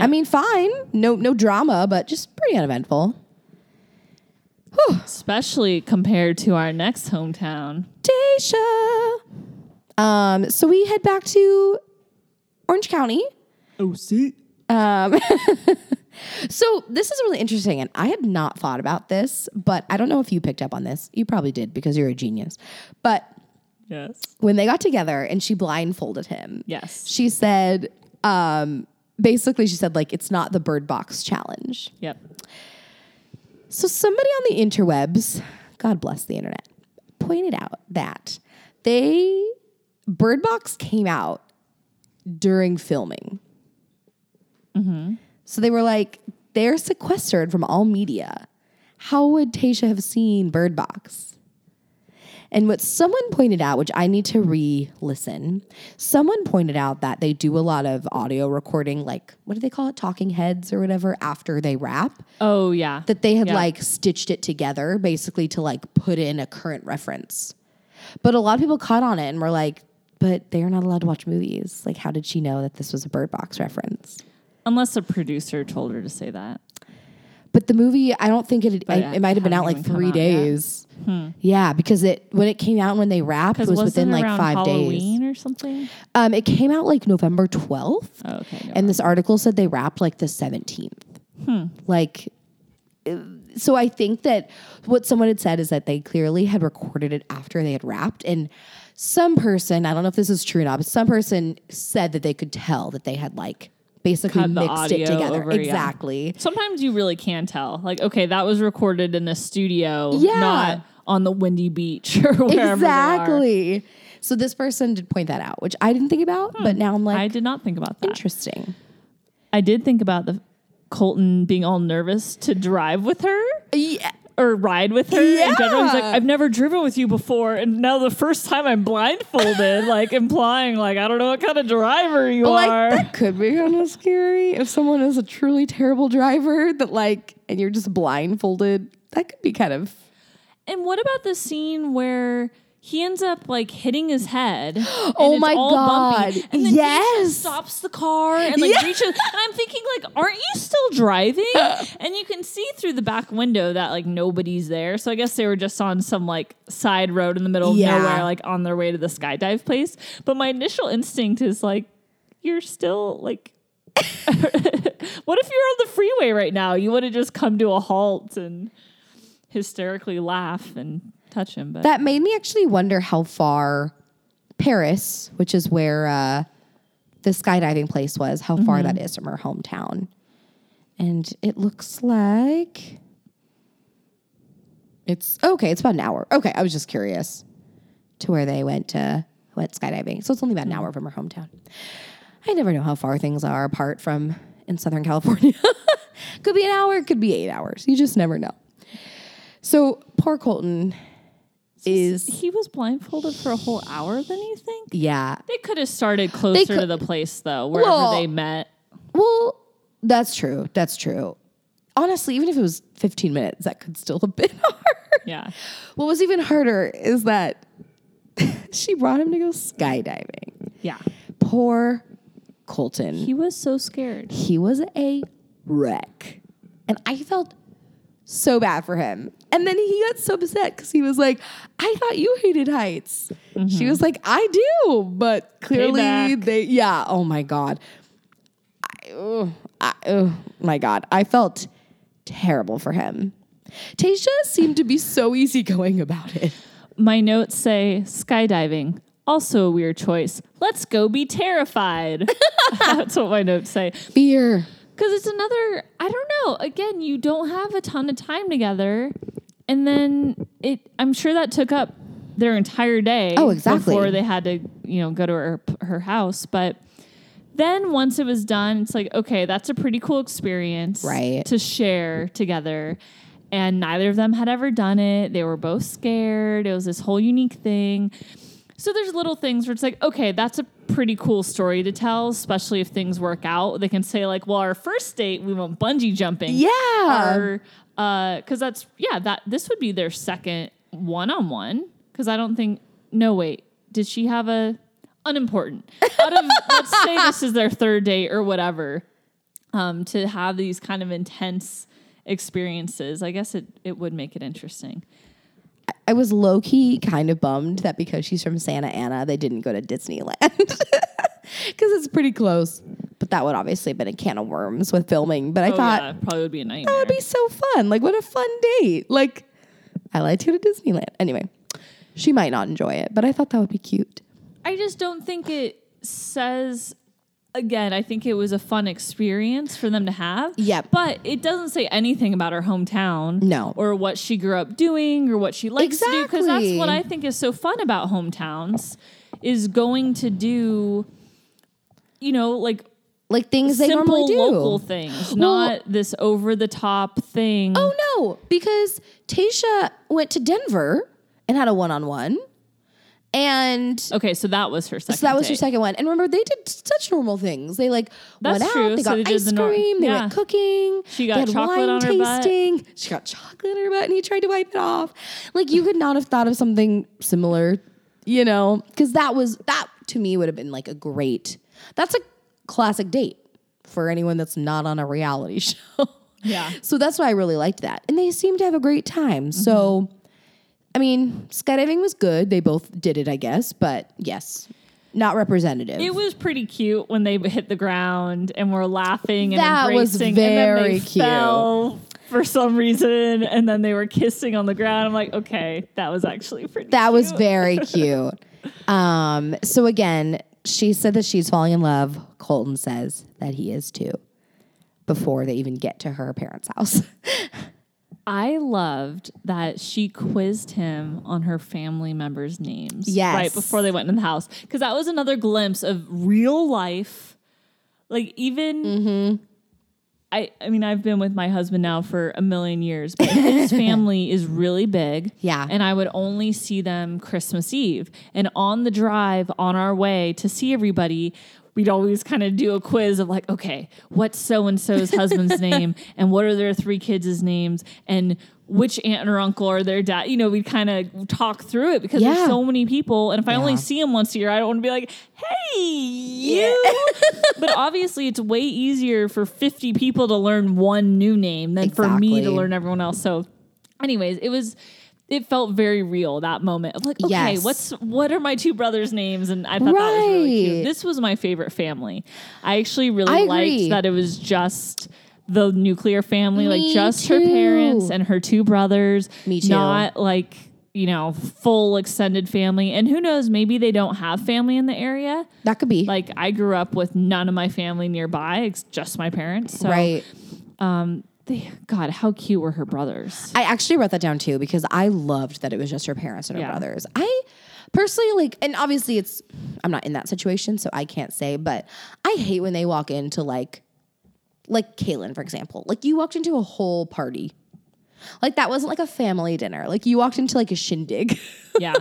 [SPEAKER 2] I mean, fine, no no drama, but just pretty uneventful.
[SPEAKER 1] Especially compared to our next hometown.
[SPEAKER 2] Daisha. Um, so we head back to Orange County.
[SPEAKER 1] Oh see.
[SPEAKER 2] So this is really interesting, and I had not thought about this, but I don't know if you picked up on this. You probably did because you're a genius. But
[SPEAKER 1] Yes.
[SPEAKER 2] when they got together and she blindfolded him,
[SPEAKER 1] Yes.
[SPEAKER 2] she said, um, basically, she said, like, it's not the bird box challenge.
[SPEAKER 1] Yep.
[SPEAKER 2] So somebody on the interwebs, God bless the internet, pointed out that they Bird Box came out during filming. So they were like, they're sequestered from all media. How would Tasha have seen Bird Box? And what someone pointed out, which I need to re listen, someone pointed out that they do a lot of audio recording, like what do they call it? Talking heads or whatever, after they rap
[SPEAKER 1] Oh yeah.
[SPEAKER 2] that they had
[SPEAKER 1] Yeah.
[SPEAKER 2] like stitched it together basically to like put in a current reference. But a lot of people caught on it and were like, but they're not allowed to watch movies. Like, how did she know that this was a Bird Box reference?
[SPEAKER 1] Unless a producer told her to say that.
[SPEAKER 2] But the movie, I don't think it. I,
[SPEAKER 1] uh, it
[SPEAKER 2] it might have been out
[SPEAKER 1] hadn't
[SPEAKER 2] like
[SPEAKER 1] even come
[SPEAKER 2] three
[SPEAKER 1] out yet.
[SPEAKER 2] days. Yeah, because it when it came out and when they wrapped it was
[SPEAKER 1] wasn't
[SPEAKER 2] within
[SPEAKER 1] it
[SPEAKER 2] like
[SPEAKER 1] around
[SPEAKER 2] five days.
[SPEAKER 1] Halloween or something.
[SPEAKER 2] Um, it came out like November twelfth,
[SPEAKER 1] Oh, okay. Hmm. no.
[SPEAKER 2] and this article said they wrapped like the seventeenth. Like, uh, so I think that what someone had said is that they clearly had recorded it after they had wrapped, and some person I don't know if this is true or not, but some person said that they could tell that they had like basically
[SPEAKER 1] Cut the
[SPEAKER 2] mixed it
[SPEAKER 1] audio
[SPEAKER 2] together
[SPEAKER 1] over, yeah.
[SPEAKER 2] exactly.
[SPEAKER 1] Sometimes you really can tell. Like, okay, that was recorded in a studio,
[SPEAKER 2] Yeah.
[SPEAKER 1] not on the windy beach or wherever. they are.
[SPEAKER 2] Exactly. So this person did point that out, which I didn't think about, but now I'm like,
[SPEAKER 1] Hmm. I did not think about that.
[SPEAKER 2] interesting.
[SPEAKER 1] I did think about the Colton being all nervous to drive with her
[SPEAKER 2] Yeah.
[SPEAKER 1] or ride with her. In general, he's like,
[SPEAKER 2] Yeah.
[SPEAKER 1] I've never driven with you before, and now the first time I'm blindfolded, like implying, like I don't know what kind of driver you are.
[SPEAKER 2] Like that could be kind of scary if someone is a truly terrible driver that like, and you're just blindfolded. That could be kind of.
[SPEAKER 1] And what about the scene where he ends up like hitting his head? and
[SPEAKER 2] Oh
[SPEAKER 1] it's
[SPEAKER 2] my
[SPEAKER 1] all bumpy,
[SPEAKER 2] God.
[SPEAKER 1] and then he
[SPEAKER 2] Yes.
[SPEAKER 1] just stops the car and like
[SPEAKER 2] Yeah.
[SPEAKER 1] reaches. And I'm thinking like, aren't you still driving? and you can see through the back window that like nobody's there. So I guess they were just on some like side road in the middle of
[SPEAKER 2] Yeah.
[SPEAKER 1] nowhere, like on their way to the skydive place. But my initial instinct is like, you're still like. what if you're on the freeway right now? You would have just come to a halt and hysterically laugh and touch him, but
[SPEAKER 2] That made me actually wonder how far Paris, which is where uh, the skydiving place was, how far that is from her hometown. And it looks like it's okay. It's about an hour. Okay, I was just curious to where they went to went skydiving. So it's only about an hour from her hometown. I never know how far things are apart from in Southern California. could be an hour, could be eight hours. You just never know. So poor Colton is
[SPEAKER 1] he was blindfolded for a whole hour. Then you think
[SPEAKER 2] yeah.
[SPEAKER 1] they could have started closer
[SPEAKER 2] cou-
[SPEAKER 1] to the place though, wherever
[SPEAKER 2] Well-
[SPEAKER 1] they met.
[SPEAKER 2] Well, that's true. That's true. Honestly, even if it was 15 minutes, that could still have been hard.
[SPEAKER 1] Yeah,
[SPEAKER 2] What was even harder is that she brought him to go skydiving.
[SPEAKER 1] yeah.
[SPEAKER 2] Poor Colton.
[SPEAKER 1] He was so scared.
[SPEAKER 2] He was a wreck. And I felt so bad for him. And then he got so upset because he was like, I thought you hated heights. She was like, I do, but clearly
[SPEAKER 1] Payback.
[SPEAKER 2] they, yeah, oh my God. I, oh, I, oh my God. I felt terrible for him. Tasha seemed to be so easygoing about it.
[SPEAKER 1] My notes say skydiving. Also a weird choice. Let's go be terrified. That's what my notes say.
[SPEAKER 2] Fear.
[SPEAKER 1] Because it's another, I don't know. Again, you don't have a ton of time together. And then it, I'm sure that took up their entire day.
[SPEAKER 2] Oh, exactly.
[SPEAKER 1] Before they had to, you know, go to her, her house. But then once it was done, it's like, okay, that's a pretty cool experience.
[SPEAKER 2] Right.
[SPEAKER 1] To share together. And neither of them had ever done it. They were both scared. It was this whole unique thing. So there's little things where it's like, okay, that's a pretty cool story to tell, especially if things work out. They can say like, well, our first date we went bungee jumping.
[SPEAKER 2] Yeah. Um,
[SPEAKER 1] Or because uh, that's yeah, that this would be their second one on one. Because I don't think no wait, did she have a unimportant? Out of let's say this is their third date or whatever. Um, to have these kind of intense experiences, I guess it it would make it interesting.
[SPEAKER 2] I was low key kind of bummed that because she's from Santa Ana, they didn't go to Disneyland because it's pretty close. But that would obviously have been a can of worms with filming. But I
[SPEAKER 1] Oh,
[SPEAKER 2] thought
[SPEAKER 1] yeah, probably would be a nightmare.
[SPEAKER 2] that would be so fun. Like, what a fun date. Like, I like to go to Disneyland. Anyway, she might not enjoy it, but I thought that would be cute.
[SPEAKER 1] I just don't think it says again, I think it was a fun experience for them to have.
[SPEAKER 2] Yep.
[SPEAKER 1] But it doesn't say anything about her hometown.
[SPEAKER 2] No.
[SPEAKER 1] Or what she grew up doing or what she likes to do. Because that's
[SPEAKER 2] Exactly.
[SPEAKER 1] what I think is so fun about hometowns is going to do, you know, like
[SPEAKER 2] Like, things they normally
[SPEAKER 1] simple
[SPEAKER 2] do.
[SPEAKER 1] local things, not this over the top thing.
[SPEAKER 2] Oh no, because Tasha went to Denver and had a one on one. And
[SPEAKER 1] Okay, so that was her second.
[SPEAKER 2] So that was
[SPEAKER 1] date.
[SPEAKER 2] her second one. And remember, they did such normal things. They like
[SPEAKER 1] That's
[SPEAKER 2] went out,
[SPEAKER 1] true.
[SPEAKER 2] they
[SPEAKER 1] So
[SPEAKER 2] got
[SPEAKER 1] they did
[SPEAKER 2] ice
[SPEAKER 1] the nor-
[SPEAKER 2] cream, they
[SPEAKER 1] yeah.
[SPEAKER 2] went cooking.
[SPEAKER 1] She got
[SPEAKER 2] they had
[SPEAKER 1] chocolate
[SPEAKER 2] wine
[SPEAKER 1] on her butt.
[SPEAKER 2] tasting. She got chocolate in her butt, and he tried to wipe it off. Like you could not have thought of something similar, you know? Because that was that to me would have been like a great. That's a classic date for anyone that's not on a reality show.
[SPEAKER 1] Yeah.
[SPEAKER 2] So that's why I really liked that. And they seemed to have a great time. So, I mean, skydiving was good. They both did it, I guess, but yes, not representative.
[SPEAKER 1] It was pretty cute when they hit the ground and were laughing and
[SPEAKER 2] That was
[SPEAKER 1] embracing, and then
[SPEAKER 2] very
[SPEAKER 1] they
[SPEAKER 2] cute.
[SPEAKER 1] fell for some reason, and then they were kissing on the ground. I'm like, okay, that was actually pretty.
[SPEAKER 2] that was
[SPEAKER 1] cute.
[SPEAKER 2] very cute. Um, so, again, she said that she's falling in love. Colton says that he is too before they even get to her parents' house.
[SPEAKER 1] I loved that she quizzed him on her family members' names.
[SPEAKER 2] Yes.
[SPEAKER 1] right before they went in the house, because that was another glimpse of real life. Like even. I, I mean, I've been with my husband now for a million years, but his family is really big.
[SPEAKER 2] Yeah.
[SPEAKER 1] And I would only see them Christmas Eve. And on the drive, on our way to see everybody, we'd always kind of do a quiz of like, okay, what's so and so's husband's name? And what are their three kids' names? And which aunt or uncle or their dad? You know, we'd kind of talk through it because
[SPEAKER 2] Yeah.
[SPEAKER 1] there's so many people. And if I only
[SPEAKER 2] Yeah.
[SPEAKER 1] see him once a year, I don't want to be like, hey, you but obviously it's way easier for 50 people to learn one new name than for me to
[SPEAKER 2] Exactly.
[SPEAKER 1] learn everyone else so anyways it was it felt very real that moment of like okay
[SPEAKER 2] Yes.
[SPEAKER 1] what's what are my two brothers names and i thought that was really
[SPEAKER 2] Right.
[SPEAKER 1] cute this was my favorite family i actually
[SPEAKER 2] I
[SPEAKER 1] really
[SPEAKER 2] agree.
[SPEAKER 1] liked that it was just the nuclear family
[SPEAKER 2] Me
[SPEAKER 1] like just her
[SPEAKER 2] too.
[SPEAKER 1] parents and her two brothers
[SPEAKER 2] Me too.
[SPEAKER 1] not like you know full extended family and who knows maybe they don't have family in the area
[SPEAKER 2] that could be.
[SPEAKER 1] like I grew up with none of my family nearby, it's just my parents. So,
[SPEAKER 2] right.
[SPEAKER 1] They, God, how cute were her brothers?
[SPEAKER 2] I actually wrote that down too because I loved that it was just her parents and her
[SPEAKER 1] Yeah.
[SPEAKER 2] brothers. I personally like, and obviously it's, I'm not in that situation, so I can't say, but I hate when they walk into like, like Caitlin, for example. Like you walked into a whole party. Like that wasn't like a family dinner. Like you walked into like a shindig.
[SPEAKER 1] Yeah,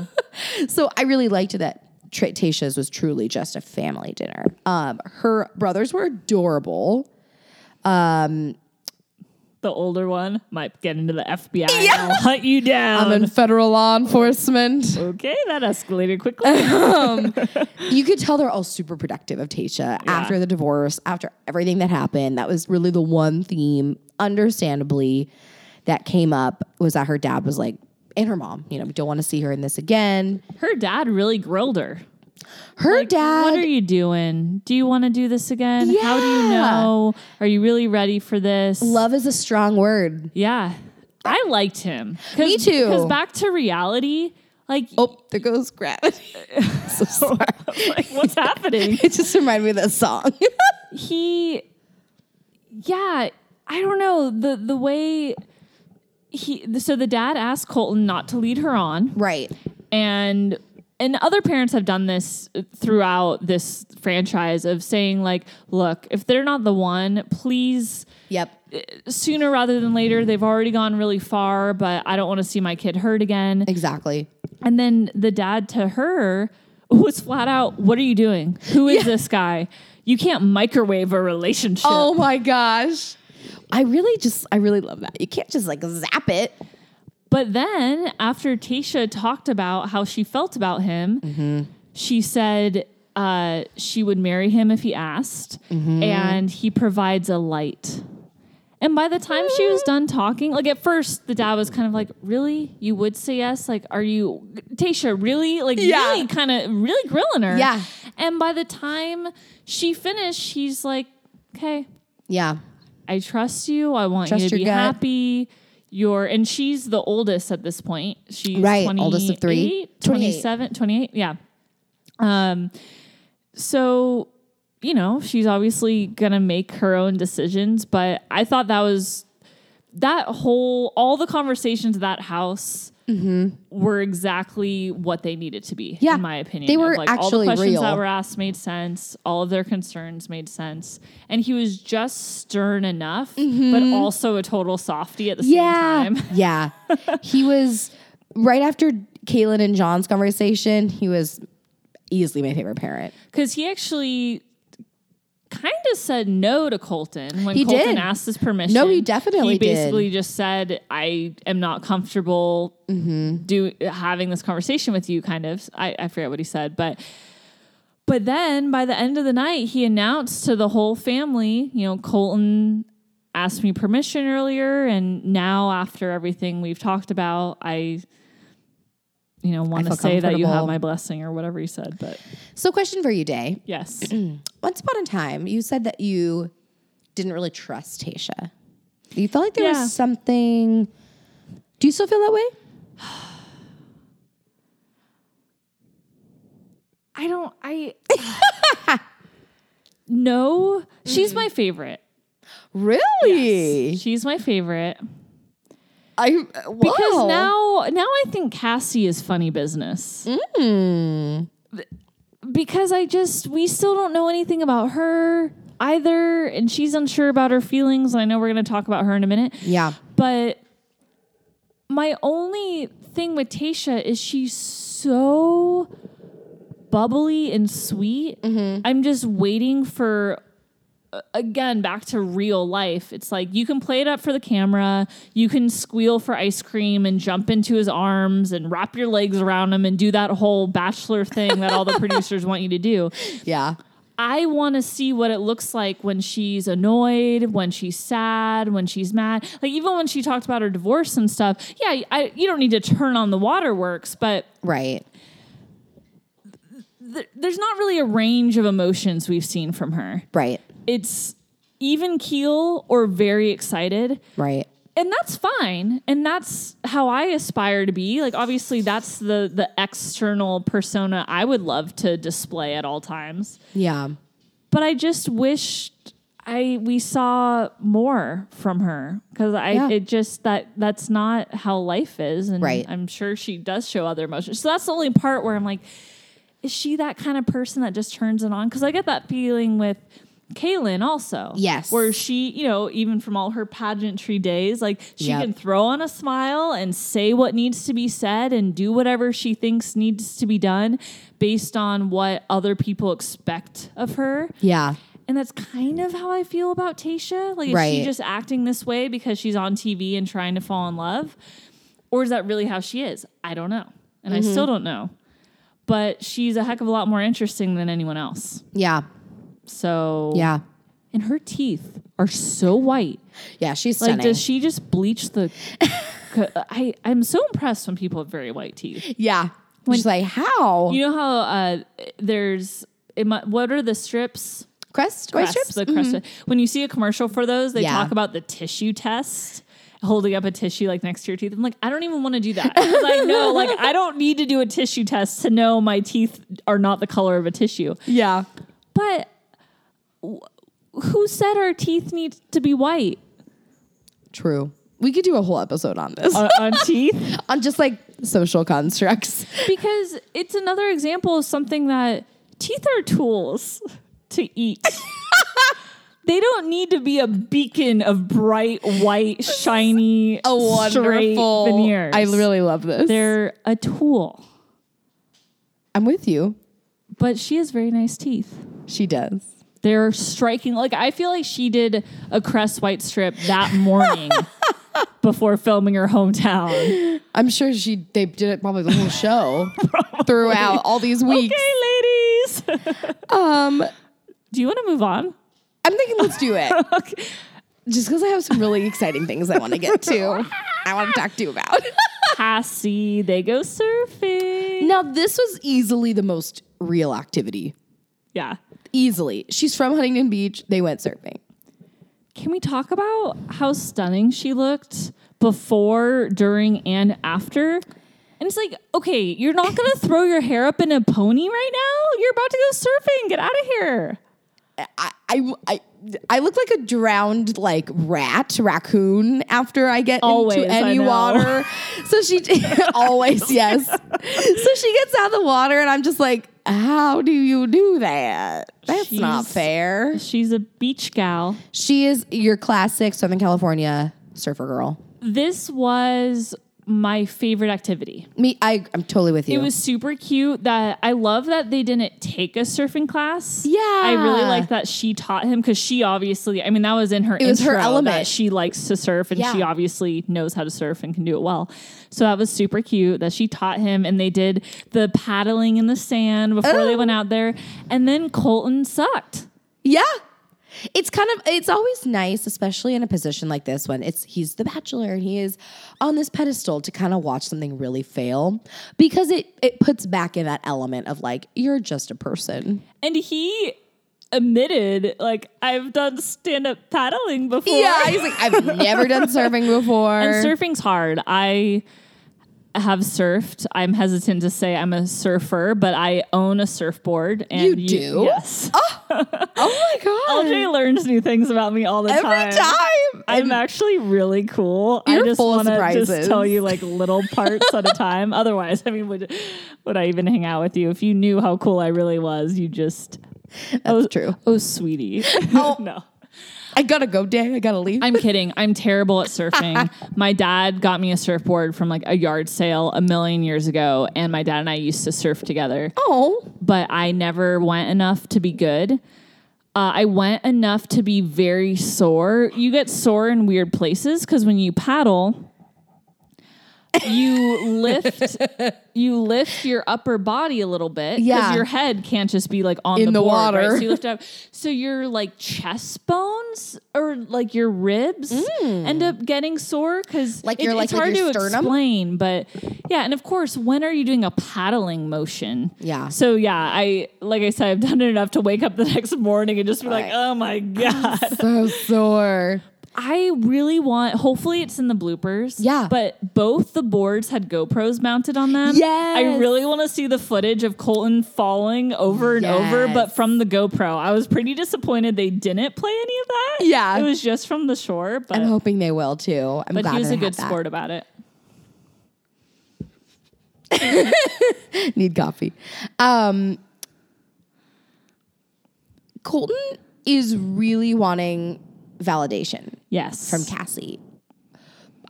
[SPEAKER 2] so I really liked that Tra- Tasha's was truly just a family dinner. Um, her brothers were adorable. Um,
[SPEAKER 1] the older one might get into the FBI and I'll hunt you down.
[SPEAKER 2] I'm in federal law enforcement.
[SPEAKER 1] okay, that escalated quickly.
[SPEAKER 2] you could tell they're all super protective of Tasha after the divorce, after everything that happened. That was really the one theme, understandably, that came up was that her dad was like, and her mom, you know, we don't want to see her in this again.
[SPEAKER 1] her dad really grilled her.
[SPEAKER 2] Her dad,
[SPEAKER 1] What are you doing? Do you want to do this again? How do you
[SPEAKER 2] Yeah.
[SPEAKER 1] know? Are you really ready for this?
[SPEAKER 2] love is a strong word.
[SPEAKER 1] yeah. I liked him. 'Cause-
[SPEAKER 2] Me too.
[SPEAKER 1] Because back to reality, like,
[SPEAKER 2] Oh, there goes gravity. so sorry.
[SPEAKER 1] like what's happening?
[SPEAKER 2] It just reminded me of that song.
[SPEAKER 1] he yeah i don't know the the way he so the dad asked colton not to lead her on
[SPEAKER 2] right.
[SPEAKER 1] and and other parents have done this throughout this franchise of saying like look if they're not the one please
[SPEAKER 2] Yep.
[SPEAKER 1] sooner rather than later they've already gone really far but i don't want to see my kid hurt again
[SPEAKER 2] Exactly.
[SPEAKER 1] and then the dad to her was flat out what are you doing who is this guy you can't microwave a relationship
[SPEAKER 2] Oh my gosh. I really just, I really love that. You can't just like zap it.
[SPEAKER 1] But then after Tasha talked about how she felt about him,
[SPEAKER 2] Mm-hmm.
[SPEAKER 1] she said uh, she would marry him if he asked,
[SPEAKER 2] Mm-hmm.
[SPEAKER 1] and he provides a light. And by the time she was done talking, like at first, the dad was kind of like, "Really, you would say yes? Like, are you Tasha? Really? Like,
[SPEAKER 2] Yeah.
[SPEAKER 1] really, kind of really grilling her?"
[SPEAKER 2] Yeah.
[SPEAKER 1] And by the time she finished, she's like, "Okay,
[SPEAKER 2] Yeah.
[SPEAKER 1] I trust you. I want
[SPEAKER 2] Trust
[SPEAKER 1] you to
[SPEAKER 2] your
[SPEAKER 1] be
[SPEAKER 2] gut.
[SPEAKER 1] happy. You're, and she's the oldest at this point. She's
[SPEAKER 2] Right,
[SPEAKER 1] 28,
[SPEAKER 2] oldest of three.
[SPEAKER 1] 27, 28. Yeah. Um, so, you know, she's obviously going to make her own decisions, but I thought that was that whole, all the conversations at that house were exactly what they needed to be,
[SPEAKER 2] Mm-hmm. Yeah.
[SPEAKER 1] in my opinion.
[SPEAKER 2] They
[SPEAKER 1] of,
[SPEAKER 2] were
[SPEAKER 1] like, all the
[SPEAKER 2] actually
[SPEAKER 1] questions
[SPEAKER 2] real.
[SPEAKER 1] that were asked made sense. All of their concerns made sense, and he was just stern enough, but also a total softy at the same time.
[SPEAKER 2] yeah. He was right after Kaylin and John's conversation, he was easily my favorite parent.
[SPEAKER 1] Because he actually kind of said no to Colton when
[SPEAKER 2] He
[SPEAKER 1] Colton
[SPEAKER 2] did.
[SPEAKER 1] asked his permission.
[SPEAKER 2] No, he definitely
[SPEAKER 1] He
[SPEAKER 2] did.
[SPEAKER 1] basically just said, "I am not comfortable
[SPEAKER 2] Mm-hmm.
[SPEAKER 1] do having this conversation with you." Kind of. I, I forget what he said, but. But then by the end of the night, he announced to the whole family, you know, Colton asked me permission earlier. And now, after everything we've talked about, I, you know, want to
[SPEAKER 2] feel
[SPEAKER 1] say that you have
[SPEAKER 2] comfortable.
[SPEAKER 1] my blessing or whatever he said. But
[SPEAKER 2] So, question for you, Day.
[SPEAKER 1] yes.
[SPEAKER 2] Once upon a time, you said that you didn't really trust Tasha. You felt like there
[SPEAKER 1] Yeah.
[SPEAKER 2] was something. Do you still feel that way?
[SPEAKER 1] I don't. I no. She's my favorite.
[SPEAKER 2] Really?
[SPEAKER 1] She's my favorite
[SPEAKER 2] I
[SPEAKER 1] because
[SPEAKER 2] wow.
[SPEAKER 1] now now I think Cassie is funny business. Th- Because I just we still don't know anything about her either, and she's unsure about her feelings. And I know we're going to talk about her in a minute.
[SPEAKER 2] yeah,
[SPEAKER 1] But my only thing with Tasha is she's so bubbly and sweet. I'm just waiting for a- again back to real life. It's like you can play it up for the camera, you can squeal for ice cream and jump into his arms and wrap your legs around him and do that whole bachelor thing that all the producers want you to do.
[SPEAKER 2] yeah,
[SPEAKER 1] I want to see what it looks like when she's annoyed, when she's sad, when she's mad. Like even when she talked about her divorce and stuff. Yeah, I, you don't need to turn on the waterworks, but
[SPEAKER 2] right.
[SPEAKER 1] th- there's not really a range of emotions we've seen from her.
[SPEAKER 2] Right.
[SPEAKER 1] It's even keel or very excited.
[SPEAKER 2] Right.
[SPEAKER 1] and that's fine and that's how i aspire to be like obviously that's the the external persona i would love to display at all times
[SPEAKER 2] Yeah.
[SPEAKER 1] but i just wished i we saw more from her because i
[SPEAKER 2] Yeah.
[SPEAKER 1] it just that that's not how life is and
[SPEAKER 2] Right.
[SPEAKER 1] i'm sure she does show other emotions so that's the only part where i'm like is she that kind of person that just turns it on because i get that feeling with Kaylin also.
[SPEAKER 2] Yes.
[SPEAKER 1] Where she, you know, even from all her pageantry days, like she
[SPEAKER 2] Yep.
[SPEAKER 1] can throw on a smile and say what needs to be said and do whatever she thinks needs to be done based on what other people expect of her.
[SPEAKER 2] Yeah.
[SPEAKER 1] And that's kind of how I feel about Tasha. Like, is
[SPEAKER 2] Right.
[SPEAKER 1] she just acting this way because she's on TV and trying to fall in love? Or is that really how she is? I don't know. And I
[SPEAKER 2] Mm-hmm.
[SPEAKER 1] still don't know. But she's a heck of a lot more interesting than anyone else.
[SPEAKER 2] Yeah.
[SPEAKER 1] So,
[SPEAKER 2] Yeah.
[SPEAKER 1] And her teeth are so white.
[SPEAKER 2] Yeah. She's
[SPEAKER 1] Like,
[SPEAKER 2] stunning.
[SPEAKER 1] does she just bleach the. I, I'm so impressed when people have very white teeth.
[SPEAKER 2] yeah. she's like, how?
[SPEAKER 1] You know how uh, there's it, mu- what are the strips?
[SPEAKER 2] crest? White
[SPEAKER 1] Crest,
[SPEAKER 2] strips? Mm-hmm.
[SPEAKER 1] The crest. When you see a commercial for those, they
[SPEAKER 2] Yeah.
[SPEAKER 1] talk about the tissue test, holding up a tissue like next to your teeth. I'm like, I don't even want to do that. 'Cause I know, like, I don't need to do a tissue test to know my teeth are not the color of a tissue.
[SPEAKER 2] Yeah.
[SPEAKER 1] But w- who said our teeth need to be white
[SPEAKER 2] True. We could do a whole episode on this,
[SPEAKER 1] Uh, on, on teeth?
[SPEAKER 2] on just like social constructs.
[SPEAKER 1] Because it's another example of something that teeth are tools to eat. they don't need to be a beacon of bright, white, shiny,
[SPEAKER 2] A
[SPEAKER 1] straight
[SPEAKER 2] wonderful
[SPEAKER 1] veneers.
[SPEAKER 2] I really love this.
[SPEAKER 1] They're a tool,
[SPEAKER 2] I'm with you.
[SPEAKER 1] but she has very nice teeth.
[SPEAKER 2] She does.
[SPEAKER 1] They're striking. Like I feel like she did a crest white strip that morning before filming her hometown.
[SPEAKER 2] I'm sure she they did it probably the whole show throughout all these weeks.
[SPEAKER 1] Okay, ladies.
[SPEAKER 2] Um,
[SPEAKER 1] Do you want to move on?
[SPEAKER 2] I'm thinking let's do it.
[SPEAKER 1] Okay.
[SPEAKER 2] Just because I have some really exciting things I want to get to, I want to talk to you about.
[SPEAKER 1] Cassie, they go surfing.
[SPEAKER 2] now, this was easily the most real activity.
[SPEAKER 1] Yeah.
[SPEAKER 2] Easily. She's from Huntington Beach. They went surfing.
[SPEAKER 1] Can we talk about how stunning she looked before, during, and after? And it's like, okay, you're not gonna throw your hair up in a pony right now. You're about to go surfing. Get out of here.
[SPEAKER 2] I, I, I, I look like a drowned like rat, raccoon after I get
[SPEAKER 1] Always,
[SPEAKER 2] into
[SPEAKER 1] I
[SPEAKER 2] any
[SPEAKER 1] know.
[SPEAKER 2] water. So she always yes. So she gets out of the water, and I'm just like, how do you do that? That's not
[SPEAKER 1] She's-
[SPEAKER 2] fair.
[SPEAKER 1] She's a beach gal.
[SPEAKER 2] She is your classic Southern California surfer girl.
[SPEAKER 1] This was my favorite activity.
[SPEAKER 2] Me, I, I'm totally with you.
[SPEAKER 1] It was super cute that I love that they didn't take a surfing class.
[SPEAKER 2] Yeah.
[SPEAKER 1] I really like that she taught him because she obviously, I mean, that was in her it
[SPEAKER 2] was her element.
[SPEAKER 1] she likes to surf and
[SPEAKER 2] Yeah.
[SPEAKER 1] she obviously knows how to surf and can do it well. So that was super cute that she taught him and they did the paddling in the sand before they
[SPEAKER 2] Oh.
[SPEAKER 1] went out there. And then Colton sucked.
[SPEAKER 2] yeah. It's kind of it's always nice, especially in a position like this when it's he's the bachelor and he is on this pedestal to kind of watch something really fail because it it puts back in that element of like you're just a person.
[SPEAKER 1] And he admitted, like, I've done stand up paddling before.
[SPEAKER 2] he's like I've never done surfing before.
[SPEAKER 1] And surfing's hard. I have surfed. I'm hesitant to say I'm a surfer, but I own a surfboard. And
[SPEAKER 2] You do?
[SPEAKER 1] Yes.
[SPEAKER 2] oh my god.
[SPEAKER 1] LJ learns new things about me all the
[SPEAKER 2] Every
[SPEAKER 1] time.
[SPEAKER 2] time.
[SPEAKER 1] I'm actually really cool. I
[SPEAKER 2] You're
[SPEAKER 1] just
[SPEAKER 2] full of
[SPEAKER 1] want to just
[SPEAKER 2] surprises.
[SPEAKER 1] tell you like little parts at a time. Otherwise, I mean, would would I even hang out with you if you knew how cool I really was? You just
[SPEAKER 2] That was true.
[SPEAKER 1] oh, sweetie. no.
[SPEAKER 2] I gotta go, Day. I gotta leave.
[SPEAKER 1] I'm kidding. I'm terrible at surfing. my dad got me a surfboard from like a yard sale a million years ago, and my dad and I used to surf together,
[SPEAKER 2] oh.
[SPEAKER 1] but I never went enough to be good. Uh, I went enough to be very sore. You get sore in weird places because when you paddle, you lift you lift your upper body a little bit
[SPEAKER 2] Yeah.
[SPEAKER 1] your head can't just be like on
[SPEAKER 2] In the
[SPEAKER 1] board, right?
[SPEAKER 2] water.
[SPEAKER 1] So you lift up. So your like chest bones or like your ribs end up getting sore because
[SPEAKER 2] Mm. Like your- like
[SPEAKER 1] it's
[SPEAKER 2] with
[SPEAKER 1] hard to
[SPEAKER 2] your sternum?
[SPEAKER 1] explain. But yeah, and of course, when are you doing a paddling motion?
[SPEAKER 2] Yeah.
[SPEAKER 1] So yeah, I like I said, I've done it enough to wake up the next morning and just be like,
[SPEAKER 2] Right.
[SPEAKER 1] oh my god.
[SPEAKER 2] So sore.
[SPEAKER 1] I really want. Hopefully, it's in the bloopers.
[SPEAKER 2] Yeah.
[SPEAKER 1] But both the boards had GoPros mounted on them.
[SPEAKER 2] Yes.
[SPEAKER 1] I really want to see the footage of Colton falling over and over,
[SPEAKER 2] Yes.
[SPEAKER 1] but from the GoPro. I was pretty disappointed they didn't play any of that.
[SPEAKER 2] Yeah.
[SPEAKER 1] It was just from the shore, but
[SPEAKER 2] I'm hoping they will too. I'm
[SPEAKER 1] but
[SPEAKER 2] glad
[SPEAKER 1] he was
[SPEAKER 2] I
[SPEAKER 1] a
[SPEAKER 2] had
[SPEAKER 1] good
[SPEAKER 2] that.
[SPEAKER 1] sport about it.
[SPEAKER 2] need coffee. Um, Colton is really wanting validation
[SPEAKER 1] Yes.
[SPEAKER 2] from Cassie.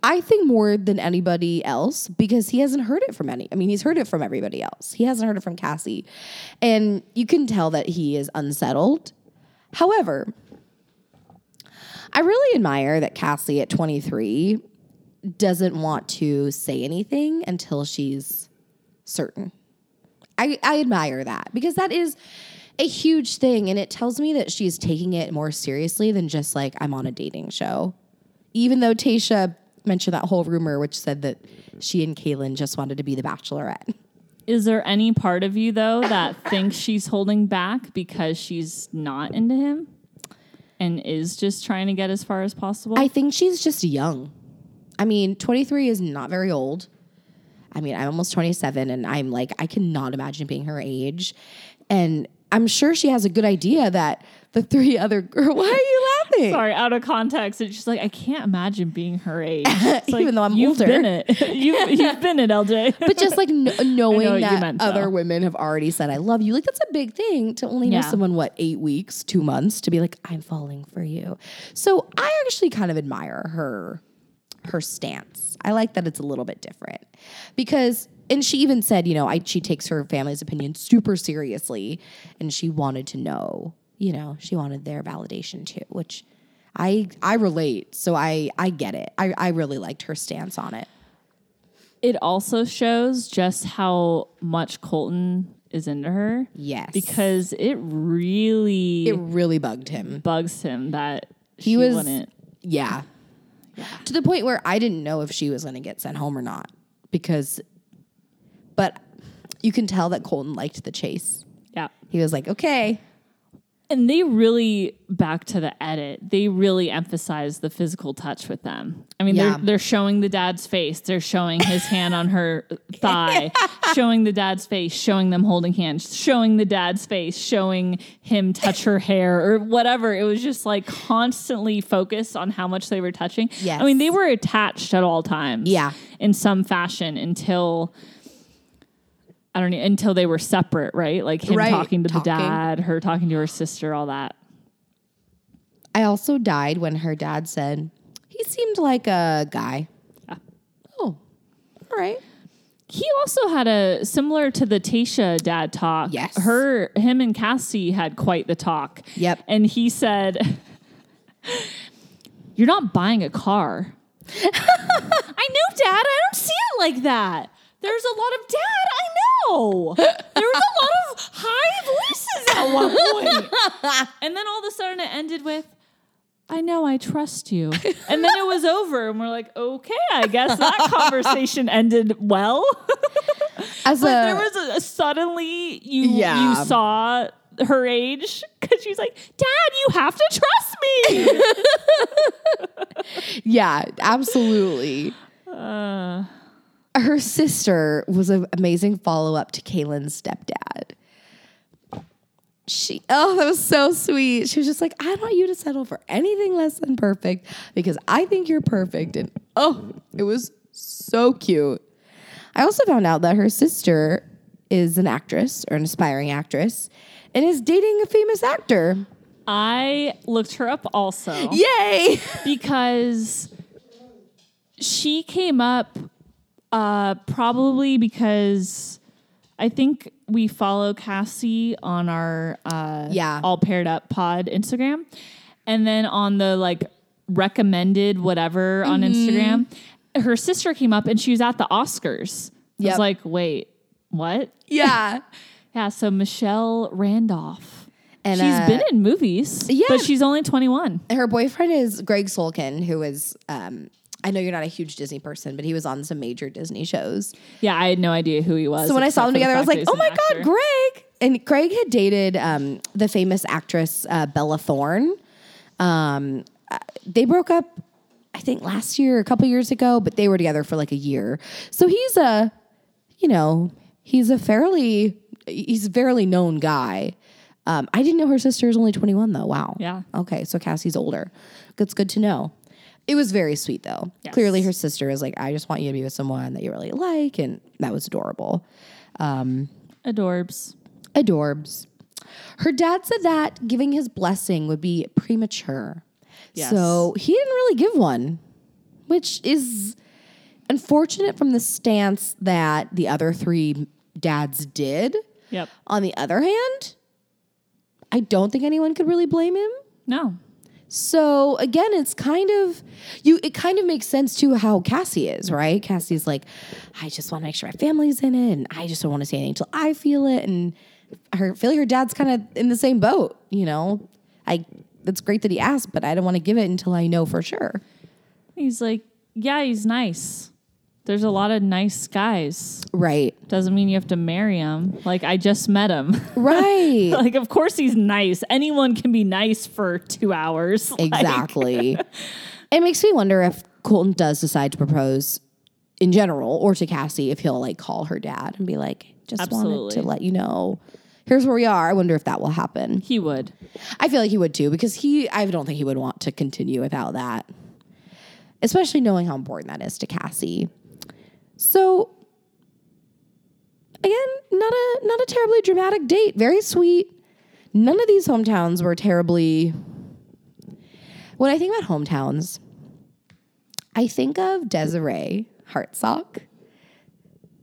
[SPEAKER 2] I think more than anybody else because he hasn't heard it from any. I mean, he's heard it from everybody else. He hasn't heard it from Cassie. And you can tell that he is unsettled. However, I really admire that Cassie at 23 doesn't want to say anything until she's certain. I, I admire that because that is a huge thing. And it tells me that she's taking it more seriously than just like, I'm on a dating show. Even though Tasha mentioned that whole rumor, which said that she and Kaylin just wanted to be the bachelorette.
[SPEAKER 1] Is there any part of you though that thinks she's holding back because she's not into him and is just trying to get as far as possible?
[SPEAKER 2] I think she's just young. I mean, 23 is not very old. I mean, I'm almost 27 and I'm like, I cannot imagine being her age. And I'm sure she has a good idea that the three other girls, why are you laughing?
[SPEAKER 1] Sorry, out of context. It's just like I can't imagine being her age. It's like,
[SPEAKER 2] Even though I'm
[SPEAKER 1] you've
[SPEAKER 2] older.
[SPEAKER 1] been it. you've, you've been it, LJ.
[SPEAKER 2] But just like kn- knowing
[SPEAKER 1] what you
[SPEAKER 2] that
[SPEAKER 1] meant, though.
[SPEAKER 2] other women have already said I love you, like that's a big thing to only know
[SPEAKER 1] Yeah.
[SPEAKER 2] someone what eight weeks, two months to be like I'm falling for you. So I actually kind of admire her her stance. I like that it's a little bit different because. And she even said, you know, I, she takes her family's opinion super seriously, and she wanted to know, you know, she wanted their validation too, which I I relate, so I I get it. I I really liked her stance on it.
[SPEAKER 1] it also shows just how much Colton is into her.
[SPEAKER 2] Yes,
[SPEAKER 1] Because it really
[SPEAKER 2] it really bugged him.
[SPEAKER 1] bugs him that
[SPEAKER 2] He
[SPEAKER 1] she
[SPEAKER 2] was-
[SPEAKER 1] wouldn't.
[SPEAKER 2] Yeah. To the point where I didn't know if she was going to get sent home or not because, but you can tell that Colton liked the chase.
[SPEAKER 1] Yeah.
[SPEAKER 2] He was like, okay,
[SPEAKER 1] And they really back to the edit. They really emphasize the physical touch with them. I mean,
[SPEAKER 2] Yeah.
[SPEAKER 1] they're they're showing the dad's face. They're showing his hand on her thigh, showing the dad's face, showing them holding hands, showing the dad's face, showing him touch her hair or whatever. It was just like constantly focused on how much they were touching.
[SPEAKER 2] Yes.
[SPEAKER 1] I mean, they were attached at all times.
[SPEAKER 2] Yeah.
[SPEAKER 1] In some fashion until I don't know, until they were separate, right? Like him
[SPEAKER 2] Right,
[SPEAKER 1] talking to
[SPEAKER 2] talking.
[SPEAKER 1] the dad, her talking to her sister, all that.
[SPEAKER 2] I also died when her dad said he seemed like a guy. Oh, all right.
[SPEAKER 1] He also had a similar to the Tasha dad talk.
[SPEAKER 2] Yes.
[SPEAKER 1] Her him and Cassie had quite the talk.
[SPEAKER 2] Yep.
[SPEAKER 1] And he said You're not buying a car. I know, Dad. I don't see it like that. There's a lot of dad, I know. There was a lot of high voices at one point. And then all of a sudden it ended with I know, I trust you. And then it was over, and we're like, okay, I guess that conversation ended well.
[SPEAKER 2] As
[SPEAKER 1] But
[SPEAKER 2] a,
[SPEAKER 1] there was a, suddenly you
[SPEAKER 2] Yeah.
[SPEAKER 1] you saw her age because she's like, Dad, you have to trust me.
[SPEAKER 2] yeah, absolutely. her sister was an amazing follow up to Kaylin's stepdad. She, oh, that was so sweet. She was just like, I want you to settle for anything less than perfect because I think you're perfect. And oh, it was so cute. I also found out that her sister is an actress or an aspiring actress and is dating a famous actor.
[SPEAKER 1] I looked her up also
[SPEAKER 2] Yay!
[SPEAKER 1] because she came up uh, probably because I think we follow Cassie on our uh,
[SPEAKER 2] Yeah.
[SPEAKER 1] all paired up pod Instagram, and then on the like recommended whatever on
[SPEAKER 2] Mm-hmm.
[SPEAKER 1] Instagram, her sister came up and she was at the Oscars. I
[SPEAKER 2] Yep.
[SPEAKER 1] was like, wait, what?
[SPEAKER 2] Yeah.
[SPEAKER 1] Yeah, so Michelle Randolph.
[SPEAKER 2] And,
[SPEAKER 1] she's
[SPEAKER 2] uh,
[SPEAKER 1] been in movies,
[SPEAKER 2] yeah.
[SPEAKER 1] but she's only 21.
[SPEAKER 2] her boyfriend is Greg Solkin, who is um I know you're not a huge Disney person, but he was on some major Disney shows.
[SPEAKER 1] Yeah, I had no idea who he was.
[SPEAKER 2] So when I
[SPEAKER 1] except
[SPEAKER 2] saw them
[SPEAKER 1] for the
[SPEAKER 2] together, I was
[SPEAKER 1] fact
[SPEAKER 2] like,
[SPEAKER 1] that
[SPEAKER 2] "Oh
[SPEAKER 1] he's
[SPEAKER 2] my
[SPEAKER 1] an actor."
[SPEAKER 2] god, Greg!" And Greg had dated um, the famous actress uh, Bella Thorne. Um, uh, they broke up, I think, last year, a couple years ago, but they were together for like a year. So he's a, you know, he's a fairly he's a fairly known guy. Um, I didn't know her sister is only twenty one though. Wow.
[SPEAKER 1] Yeah.
[SPEAKER 2] Okay, so Cassie's older. That's good to know. It was very sweet though.
[SPEAKER 1] Yes.
[SPEAKER 2] Clearly, her sister is like, I just want you to be with someone that you really like. And that was adorable. Um,
[SPEAKER 1] Adorbs.
[SPEAKER 2] Adorbs. Her dad said that giving his blessing would be premature.
[SPEAKER 1] Yes.
[SPEAKER 2] So he didn't really give one, which is unfortunate from the stance that the other three dads did.
[SPEAKER 1] Yep.
[SPEAKER 2] On the other hand, I don't think anyone could really blame him.
[SPEAKER 1] No.
[SPEAKER 2] So again, it's kind of you. It kind of makes sense to how Cassie is, right? Cassie's like, I just want to make sure my family's in it, and I just don't want to say anything until I feel it. And her, I feel like her dad's kind of in the same boat. You know, I. It's great that he asked, but I don't want to give it until I know for sure.
[SPEAKER 1] He's like, yeah, he's nice. There's a lot of nice guys.
[SPEAKER 2] Right.
[SPEAKER 1] Doesn't mean you have to marry him. Like I just met him.
[SPEAKER 2] Right.
[SPEAKER 1] like of course he's nice. Anyone can be nice for 2 hours. Like,
[SPEAKER 2] Exactly. it makes me wonder if Colton does decide to propose in general or to Cassie if he'll like call her dad and be like, just wanted
[SPEAKER 1] Absolutely.
[SPEAKER 2] to let you know. Here's where we are. I wonder if that will happen.
[SPEAKER 1] he would.
[SPEAKER 2] I feel like he would too because he I don't think he would want to continue without that. Especially knowing how important that is to Cassie. So again, not a not a terribly dramatic date. Very sweet. None of these hometowns were terribly When I think about hometowns, I think of Desiree Hartsock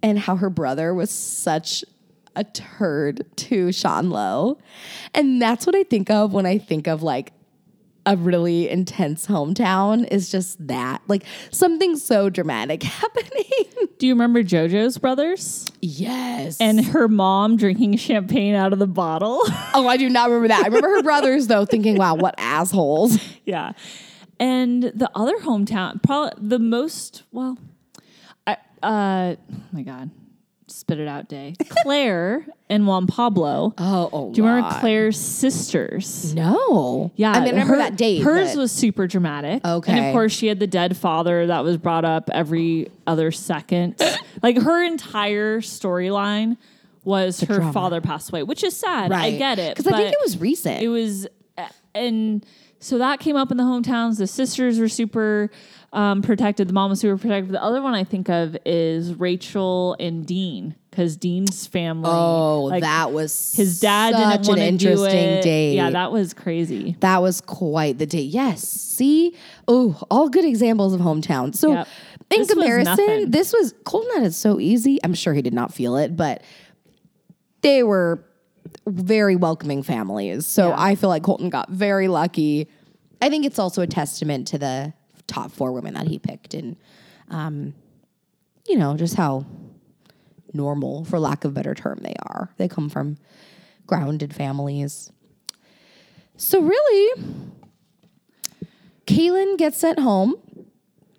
[SPEAKER 2] and how her brother was such a turd to Sean Lowe. And that's what I think of when I think of like a really intense hometown is just that. Like something so dramatic happening.
[SPEAKER 1] Do you remember JoJo's brothers
[SPEAKER 2] Yes. And
[SPEAKER 1] and her mom drinking champagne out of the bottle?
[SPEAKER 2] oh, I do not remember that. I remember her brothers though thinking, wow, what assholes.
[SPEAKER 1] yeah. And the other hometown, probably the most, well, I, uh, oh my God, spit it out day. Claire and Juan Pablo.
[SPEAKER 2] Oh, oh
[SPEAKER 1] Do you remember Claire's sisters?
[SPEAKER 2] No.
[SPEAKER 1] Yeah,
[SPEAKER 2] I mean, I remember
[SPEAKER 1] her-
[SPEAKER 2] that date.
[SPEAKER 1] Hers
[SPEAKER 2] but-
[SPEAKER 1] was super dramatic. and
[SPEAKER 2] Okay.
[SPEAKER 1] of course she had the dead father that was brought up every other second. like her entire storyline was her
[SPEAKER 2] drama.
[SPEAKER 1] father passed away, which is sad. I
[SPEAKER 2] Right.
[SPEAKER 1] get it
[SPEAKER 2] Because I think
[SPEAKER 1] but
[SPEAKER 2] it was recent.
[SPEAKER 1] It was, and so that came up in the hometowns. The sisters were super um, protected. The mom was super protected. The other one I think of is Rachel and Dean because Dean's family.
[SPEAKER 2] oh,
[SPEAKER 1] like,
[SPEAKER 2] that was
[SPEAKER 1] His dad
[SPEAKER 2] such
[SPEAKER 1] didn't want
[SPEAKER 2] an
[SPEAKER 1] to
[SPEAKER 2] interesting
[SPEAKER 1] do it.
[SPEAKER 2] date.
[SPEAKER 1] Yeah, that was crazy.
[SPEAKER 2] That was quite the date. Yes. See? Oh, all good examples of hometown. So
[SPEAKER 1] Yep.
[SPEAKER 2] in
[SPEAKER 1] This was
[SPEAKER 2] comparison,
[SPEAKER 1] nothing.
[SPEAKER 2] this was Colton had it so easy. I'm sure he did not feel it, but they were very welcoming families. So
[SPEAKER 1] Yeah.
[SPEAKER 2] I feel like Colton got very lucky. I think it's also a testament to the top four women that he picked and um, you know, just how normal, for lack of a better term, they are. They come from grounded families. So really, Kaylin gets sent home.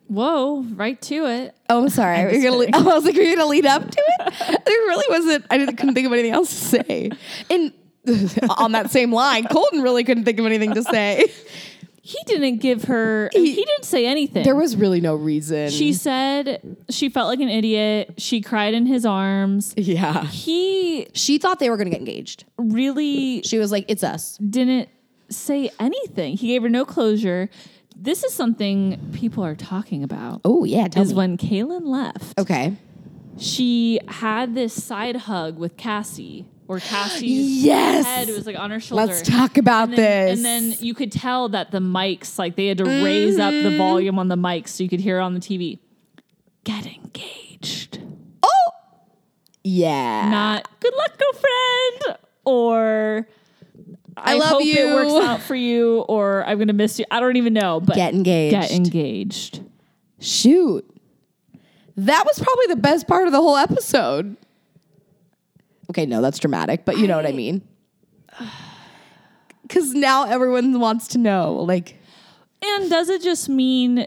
[SPEAKER 1] Whoa, right to it.
[SPEAKER 2] Oh, I'm sorry. You're gonna. lead- I was like, you're gonna lead up to it. There really wasn't. I didn't, couldn't think of anything else to say. And on that same line, Colton really couldn't think of anything to say.
[SPEAKER 1] He didn't give her, he, didn't say anything.
[SPEAKER 2] There was really no reason.
[SPEAKER 1] she said she felt like an idiot. She cried in his arms.
[SPEAKER 2] yeah.
[SPEAKER 1] He
[SPEAKER 2] She thought they were gonna get engaged.
[SPEAKER 1] really
[SPEAKER 2] She was like, "It's us."
[SPEAKER 1] didn't say anything. He gave her no closure. This is something people are talking about.
[SPEAKER 2] Oh yeah. Tell
[SPEAKER 1] Is
[SPEAKER 2] me. Oh.
[SPEAKER 1] when Kaylin left,
[SPEAKER 2] okay.
[SPEAKER 1] she had this side hug with Cassie, where Cassie's
[SPEAKER 2] Yes.
[SPEAKER 1] head was like on her shoulder.
[SPEAKER 2] Let's talk about
[SPEAKER 1] and then,
[SPEAKER 2] this.
[SPEAKER 1] and then you could tell that the mics, like they had to raise up
[SPEAKER 2] Mm-hmm.
[SPEAKER 1] the volume on the mics so you could hear it on the TV. Get engaged.
[SPEAKER 2] oh, yeah.
[SPEAKER 1] Not good luck, girlfriend. Or I,
[SPEAKER 2] love
[SPEAKER 1] hope
[SPEAKER 2] you."
[SPEAKER 1] it works out for you. Or I'm gonna miss you. I don't even know. But
[SPEAKER 2] Get engaged.
[SPEAKER 1] Get engaged.
[SPEAKER 2] Shoot. That was probably the best part of the whole episode. Okay, no, that's dramatic, but you know what I mean. Because now everyone wants to know. Like,
[SPEAKER 1] And does it just mean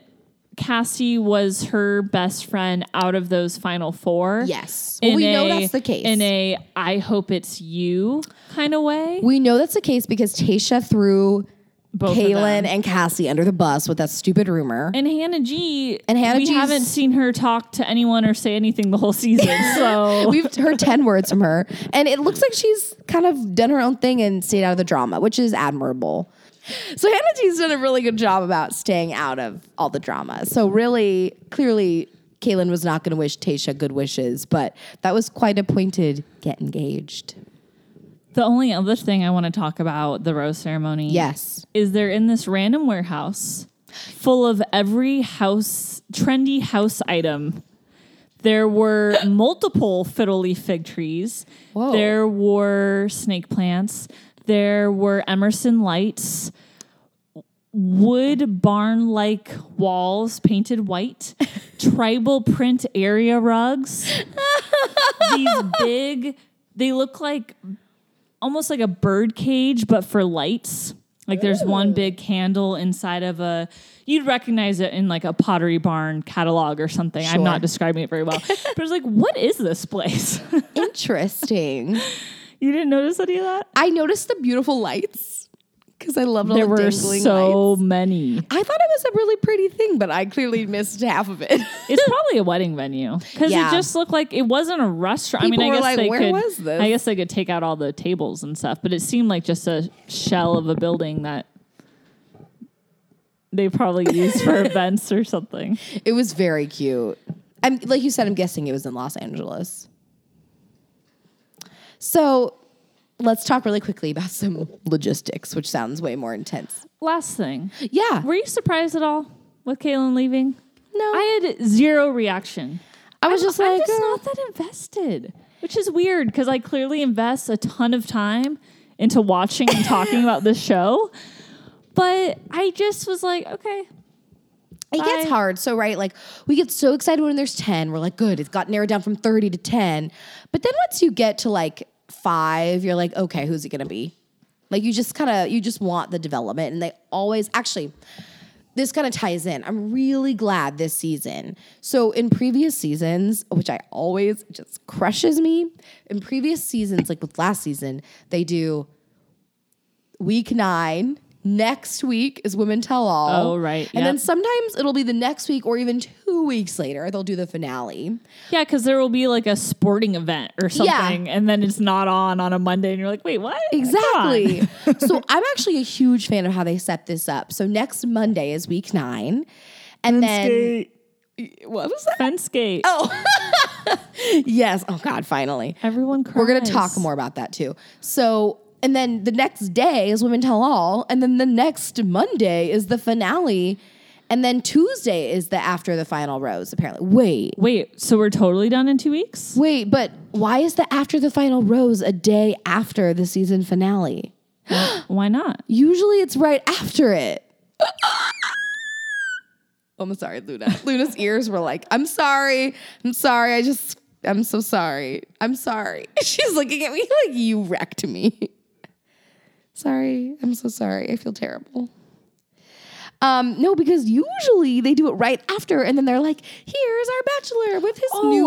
[SPEAKER 1] Cassie was her best friend out of those final four?
[SPEAKER 2] Yes. Well, we
[SPEAKER 1] In
[SPEAKER 2] know
[SPEAKER 1] a-
[SPEAKER 2] that's the case.
[SPEAKER 1] In a I hope it's you kind of way.
[SPEAKER 2] we know that's the case because Tasha threw
[SPEAKER 1] Both of
[SPEAKER 2] Kaylin
[SPEAKER 1] them.
[SPEAKER 2] and Cassie under the bus with that stupid rumor.
[SPEAKER 1] And Hannah G.
[SPEAKER 2] And Hannah
[SPEAKER 1] we
[SPEAKER 2] G's-
[SPEAKER 1] haven't seen her talk to anyone or say anything the whole season. So
[SPEAKER 2] We've heard 10 words from her, and it looks like she's kind of done her own thing and stayed out of the drama, which is admirable. So Hannah T's done a really good job about staying out of all the drama. So really, clearly, Kaylin was not going to wish Tasha good wishes, but that was quite a pointed get engaged.
[SPEAKER 1] the only other thing I want to talk about the rose ceremony,
[SPEAKER 2] Yes.
[SPEAKER 1] is they're in this random warehouse full of every house trendy house item. There were multiple fiddly fig trees.
[SPEAKER 2] Whoa.
[SPEAKER 1] There were snake plants. There were Emerson lights, wood barn like walls painted white, tribal print area rugs. These big, they look like almost like a bird cage, but for lights. Like there's one big candle inside of a, you'd recognize it in like a Pottery Barn catalog or something. I'm
[SPEAKER 2] Sure.
[SPEAKER 1] not describing it very well. but it's like, what is this place?
[SPEAKER 2] Interesting.
[SPEAKER 1] you didn't notice any of that?
[SPEAKER 2] I noticed the beautiful lights because I loved all
[SPEAKER 1] There
[SPEAKER 2] the
[SPEAKER 1] were
[SPEAKER 2] dangling
[SPEAKER 1] so
[SPEAKER 2] lights.
[SPEAKER 1] many.
[SPEAKER 2] I thought it was a really pretty thing, but I clearly missed half of it.
[SPEAKER 1] It's probably a wedding venue because
[SPEAKER 2] Yeah.
[SPEAKER 1] it just looked like it wasn't a restaurant. I
[SPEAKER 2] People
[SPEAKER 1] mean, I
[SPEAKER 2] were
[SPEAKER 1] guess
[SPEAKER 2] like,
[SPEAKER 1] they
[SPEAKER 2] "Where
[SPEAKER 1] could.
[SPEAKER 2] was this?"
[SPEAKER 1] I guess they could take out all the tables and stuff, but it seemed like just a shell of a building that they probably used for events or something.
[SPEAKER 2] it was very cute. I'm like you said, I'm guessing it was in Los Angeles. So let's talk really quickly about some logistics, which sounds way more intense.
[SPEAKER 1] Last thing,
[SPEAKER 2] Yeah.
[SPEAKER 1] were you surprised at all with Kaylin leaving?
[SPEAKER 2] No.
[SPEAKER 1] I had zero reaction.
[SPEAKER 2] I was
[SPEAKER 1] I'm-
[SPEAKER 2] just
[SPEAKER 1] I'm
[SPEAKER 2] like,
[SPEAKER 1] just
[SPEAKER 2] uh,
[SPEAKER 1] not that invested, which is weird because I clearly invest a ton of time into watching and talking about this show. But I just was like, okay,
[SPEAKER 2] It gets
[SPEAKER 1] Bye.
[SPEAKER 2] hard. So, right, like we get so excited when there's 10. We're like, good, it's got narrowed down from 30 to 10. But then once you get to like five, you're like, okay, who's it gonna be? Like you just kind of you just want the development. And they always actually this kind of ties in. I'm really glad this season. So in previous seasons, which I always it just crushes me, in previous seasons, like with last season, they do week nine. Next week is Women Tell All.
[SPEAKER 1] Oh, right.
[SPEAKER 2] And then
[SPEAKER 1] Yep.
[SPEAKER 2] sometimes it'll be the next week or even two weeks later, they'll do the finale.
[SPEAKER 1] yeah, because there will be like a sporting event or something, and then it's not on on a Monday, and you're like, wait, what? Come on.
[SPEAKER 2] Exactly. so I'm actually a huge fan of how they set this up. So next Monday is week nine. And then. Oh, What was that?
[SPEAKER 1] Fence gate.
[SPEAKER 2] Yes. Oh, God, finally.
[SPEAKER 1] Everyone cries.
[SPEAKER 2] We're going to talk more about that too. So, and then the next day is Women Tell All. And then the next Monday is the finale. And then Tuesday is the after the final rose, apparently. Wait.
[SPEAKER 1] Wait, so we're totally done in two weeks?
[SPEAKER 2] Wait, but why is the after the final rose a day after the season finale?
[SPEAKER 1] Why not?
[SPEAKER 2] Usually it's right after it. Oh, I'm sorry, Luna. Luna's ears were like, I'm sorry. I'm sorry. I just, I'm so sorry. I'm sorry. She's looking at me like, you wrecked me. Sorry. I'm so sorry. I feel terrible. Um, no, because usually they do it right after, and then they're like, here's our bachelor with his new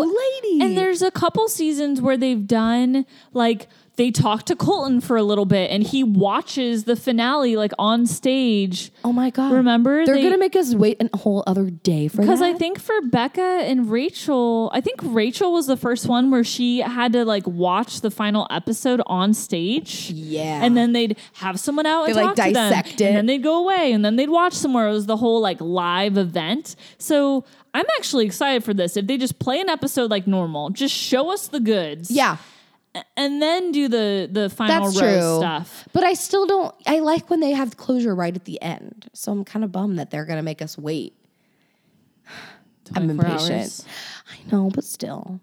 [SPEAKER 1] Oh,
[SPEAKER 2] lady.
[SPEAKER 1] And there's a couple seasons where they've done like they talk to Colton for a little bit and he watches the finale like on stage.
[SPEAKER 2] Oh my god!
[SPEAKER 1] Remember?
[SPEAKER 2] they're
[SPEAKER 1] They-
[SPEAKER 2] gonna make us wait a whole other day for
[SPEAKER 1] Because I
[SPEAKER 2] that.
[SPEAKER 1] think for Becca and Rachel, I think Rachel was the first one where she had to like watch the final episode on stage.
[SPEAKER 2] Yeah.
[SPEAKER 1] And then they'd have someone out and
[SPEAKER 2] They,
[SPEAKER 1] talk
[SPEAKER 2] like,
[SPEAKER 1] to them.
[SPEAKER 2] dissect it.
[SPEAKER 1] And then they'd go away and then they'd watch somewhere. It was the whole like live event. So I'm actually excited for this. If they just play an episode like normal, just show us the goods.
[SPEAKER 2] yeah,
[SPEAKER 1] and then do the the final
[SPEAKER 2] that's
[SPEAKER 1] rose
[SPEAKER 2] true.
[SPEAKER 1] stuff.
[SPEAKER 2] But I still don't. I like when they have closure right at the end. So I'm kind of bummed that they're gonna make us wait. I'm
[SPEAKER 1] 24
[SPEAKER 2] impatient.
[SPEAKER 1] hours.
[SPEAKER 2] I know, but still.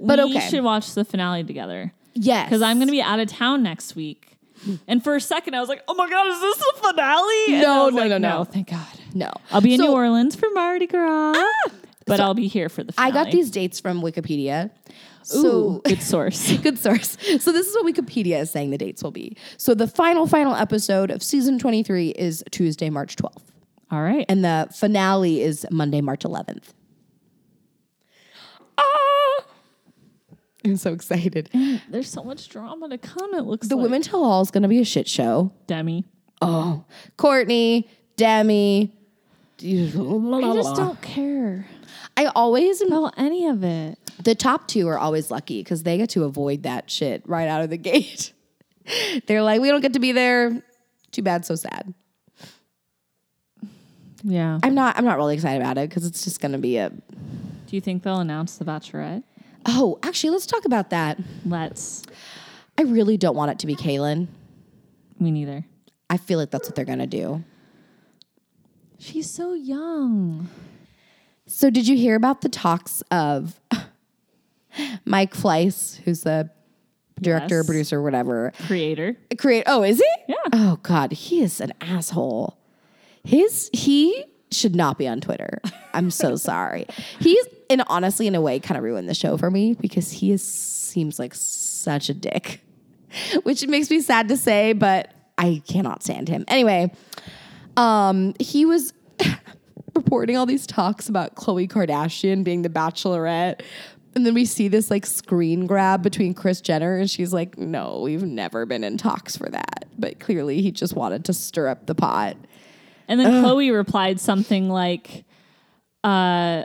[SPEAKER 2] But
[SPEAKER 1] we
[SPEAKER 2] okay.
[SPEAKER 1] should watch the finale together
[SPEAKER 2] yes,
[SPEAKER 1] because I'm going to be out of town next week. And for a second, I was like, "Oh my god, is this the finale?" And
[SPEAKER 2] No,
[SPEAKER 1] I was
[SPEAKER 2] no,
[SPEAKER 1] like,
[SPEAKER 2] no, no.
[SPEAKER 1] Thank God.
[SPEAKER 2] no.
[SPEAKER 1] I'll be in
[SPEAKER 2] So, Ah!
[SPEAKER 1] New Orleans for Mardi Gras, but I'll be here for the.
[SPEAKER 2] I
[SPEAKER 1] Finale.
[SPEAKER 2] got these dates from Wikipedia.
[SPEAKER 1] Ooh,
[SPEAKER 2] So
[SPEAKER 1] good source.
[SPEAKER 2] Good source. So this is what Wikipedia is saying the dates will be. So the final, final episode of season 23 is Tuesday, March 12th.
[SPEAKER 1] All right,
[SPEAKER 2] and the finale is Monday, March 11th. Ah! I'm so excited.
[SPEAKER 1] there's so much drama to come. It looks
[SPEAKER 2] The
[SPEAKER 1] like.
[SPEAKER 2] Women Tell All is going to be a shit show.
[SPEAKER 1] Demi.
[SPEAKER 2] Oh, Courtney, Demi.
[SPEAKER 1] I just don't care
[SPEAKER 2] I always am-
[SPEAKER 1] about any of it.
[SPEAKER 2] the top two are always lucky because they get to avoid that shit right out of the gate. They're like, we don't get to be there. Too bad, so sad.
[SPEAKER 1] Yeah.
[SPEAKER 2] I'm not. I'm not really excited about it because it's just going to be a.
[SPEAKER 1] Do you think they'll announce the Bachelorette?
[SPEAKER 2] Oh, actually, let's talk about that.
[SPEAKER 1] Let's.
[SPEAKER 2] I really don't want it to be Kaylin.
[SPEAKER 1] Me neither.
[SPEAKER 2] I feel like that's what they're gonna do.
[SPEAKER 1] She's so young.
[SPEAKER 2] So, did you hear about the talks of Mike Fleiss, who's the director,
[SPEAKER 1] Yes.
[SPEAKER 2] producer, whatever.
[SPEAKER 1] Creator.
[SPEAKER 2] Create. Oh, is he?
[SPEAKER 1] Yeah.
[SPEAKER 2] Oh God, he is an asshole. His he should not be on Twitter. I'm so sorry. He's and honestly, in a way, kind of ruined the show for me because he is, seems like such a dick, which makes me sad to say, but I cannot stand him. Anyway, um, he was reporting all these talks about Khloe Kardashian being the Bachelorette. And then we see this like screen grab between Chris Jenner, and she's like, No, we've never been in talks for that. But clearly, he just wanted to stir up the pot.
[SPEAKER 1] And then Chloe replied something like, uh,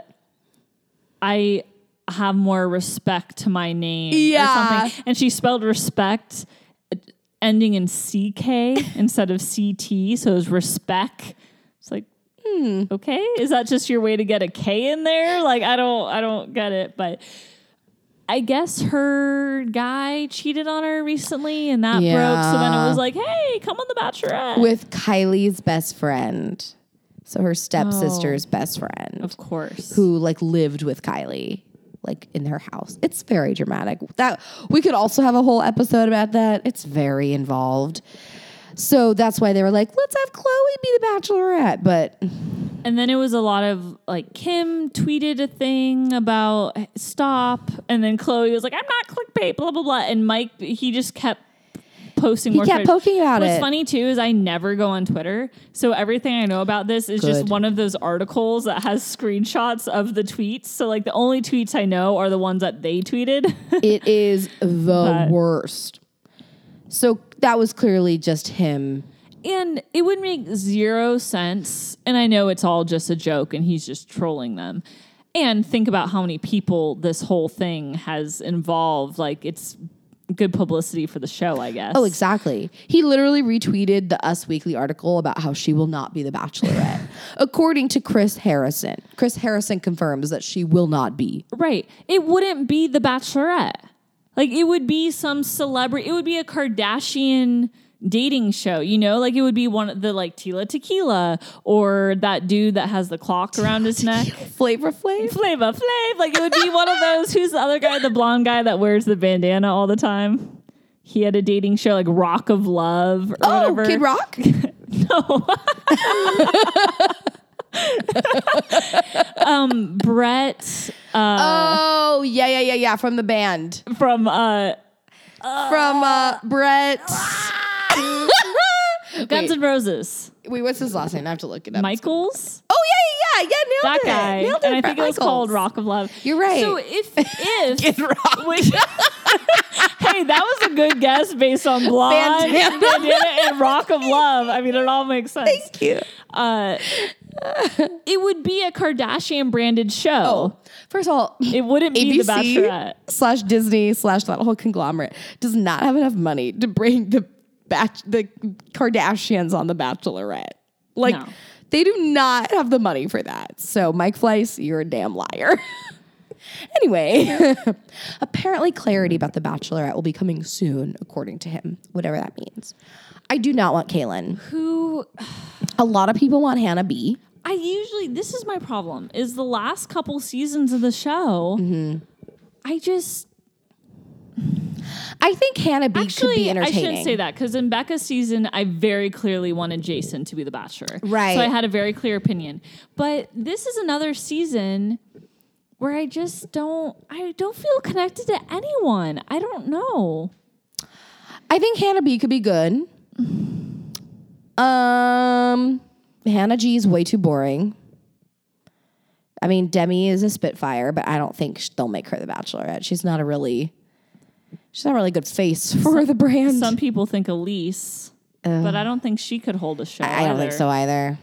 [SPEAKER 1] I have more respect to my name. or
[SPEAKER 2] Yeah.
[SPEAKER 1] something. And she spelled respect uh, ending in CK instead of CT. So it was respect. It's like,
[SPEAKER 2] Hmm.
[SPEAKER 1] okay. Is that just your way to get a K in there? Like, I don't, I don't get it. But I guess her guy cheated on her recently and that broke. So then it
[SPEAKER 2] Yeah.
[SPEAKER 1] was like, hey, come on The Bachelorette.
[SPEAKER 2] With Kylie's best friend. So her stepsister's best friend.
[SPEAKER 1] of course.
[SPEAKER 2] who like lived with Kylie like in her house. It's very dramatic. That we could also have a whole episode about that. It's very involved. So that's why they were like, let's have Chloe be the bachelorette, but
[SPEAKER 1] And then it was a lot of like Kim tweeted a thing about stop, and then Chloe was like, "I'm not clickbait," blah blah blah. And Mike he just kept posting. He more
[SPEAKER 2] kept
[SPEAKER 1] Twitter.
[SPEAKER 2] poking about
[SPEAKER 1] What's
[SPEAKER 2] it.
[SPEAKER 1] funny too is I never go on Twitter, so everything I know about this is just
[SPEAKER 2] Good.
[SPEAKER 1] one of those articles that has screenshots of the tweets. So like the only tweets I know are the ones that they tweeted.
[SPEAKER 2] it is the
[SPEAKER 1] But-
[SPEAKER 2] worst. So that was clearly just him.
[SPEAKER 1] And it would make zero sense. And I know it's all just a joke and he's just trolling them. And think about how many people this whole thing has involved. Like, it's good publicity for the show, I guess.
[SPEAKER 2] Oh, exactly. He literally retweeted the Us Weekly article about how she will not be the bachelorette. According to Chris Harrison, Chris Harrison confirms that she will not be.
[SPEAKER 1] Right. It wouldn't be The Bachelorette. Like, it would be some celebrity, it would be a Kardashian dating show, you know? Like, it would be one of the, like, Tila Tequila or that dude that has the clock around his neck.
[SPEAKER 2] Flavor Flav?
[SPEAKER 1] Flava Flav. Like it would be one of those. Who's the other guy? The blonde guy that wears the bandana all the time. He had a dating show like Rock of Love or
[SPEAKER 2] Oh,
[SPEAKER 1] whatever.
[SPEAKER 2] Kid Rock?
[SPEAKER 1] Brett
[SPEAKER 2] oh, yeah, yeah, yeah, yeah. From the band.
[SPEAKER 1] from uh,
[SPEAKER 2] From
[SPEAKER 1] Oh.
[SPEAKER 2] uh, Brett.
[SPEAKER 1] Guns N' Roses.
[SPEAKER 2] Wait, what's his last name? I have to look it up.
[SPEAKER 1] Michaels.
[SPEAKER 2] Oh, yeah, yeah, yeah. Yeah,
[SPEAKER 1] That
[SPEAKER 2] nailed it.
[SPEAKER 1] guy.
[SPEAKER 2] Nailed it.
[SPEAKER 1] and I
[SPEAKER 2] Bret
[SPEAKER 1] think it was
[SPEAKER 2] Michaels.
[SPEAKER 1] called Rock of Love.
[SPEAKER 2] You're right.
[SPEAKER 1] So if if
[SPEAKER 2] Kid Rock.
[SPEAKER 1] Which- hey, that was a good guess based on blonde
[SPEAKER 2] Bandana.
[SPEAKER 1] bandana and Rock of Love. I mean, it all makes sense.
[SPEAKER 2] Thank you.
[SPEAKER 1] Uh, it would be a Kardashian branded
[SPEAKER 2] Oh,
[SPEAKER 1] show.
[SPEAKER 2] First of all,
[SPEAKER 1] It wouldn't be The
[SPEAKER 2] ABC
[SPEAKER 1] Bachelorette.
[SPEAKER 2] slash Disney slash that whole conglomerate does not have enough money to bring the batch the Kardashians on the Bachelorette. Like
[SPEAKER 1] No.
[SPEAKER 2] they do not have the money for that. So Mike Fleiss, you're a damn liar. anyway, apparently clarity about the Bachelorette will be coming soon, according to him, whatever that means. I do not want Kaylin.
[SPEAKER 1] Who
[SPEAKER 2] A lot of people want Hannah B.
[SPEAKER 1] I usually this is my problem is the last couple seasons of the show.
[SPEAKER 2] Mm-hmm.
[SPEAKER 1] I just
[SPEAKER 2] I think Hannah B could be
[SPEAKER 1] actually I
[SPEAKER 2] entertaining.
[SPEAKER 1] shouldn't say that because in Becca's season I very clearly wanted Jason to be the bachelor.
[SPEAKER 2] Right.
[SPEAKER 1] So I had a very clear opinion. But this is another season where I just don't I don't feel connected to anyone. I don't know.
[SPEAKER 2] I think Hannah B could be good. Um, Hannah G is way too boring. I mean, Demi is a spitfire, but I don't think sh- they'll make her the Bachelorette. She's not a really, she's not a really good face for the brand.
[SPEAKER 1] Some people think Elise, but I don't think she could hold a show.
[SPEAKER 2] I don't think
[SPEAKER 1] either.
[SPEAKER 2] so either.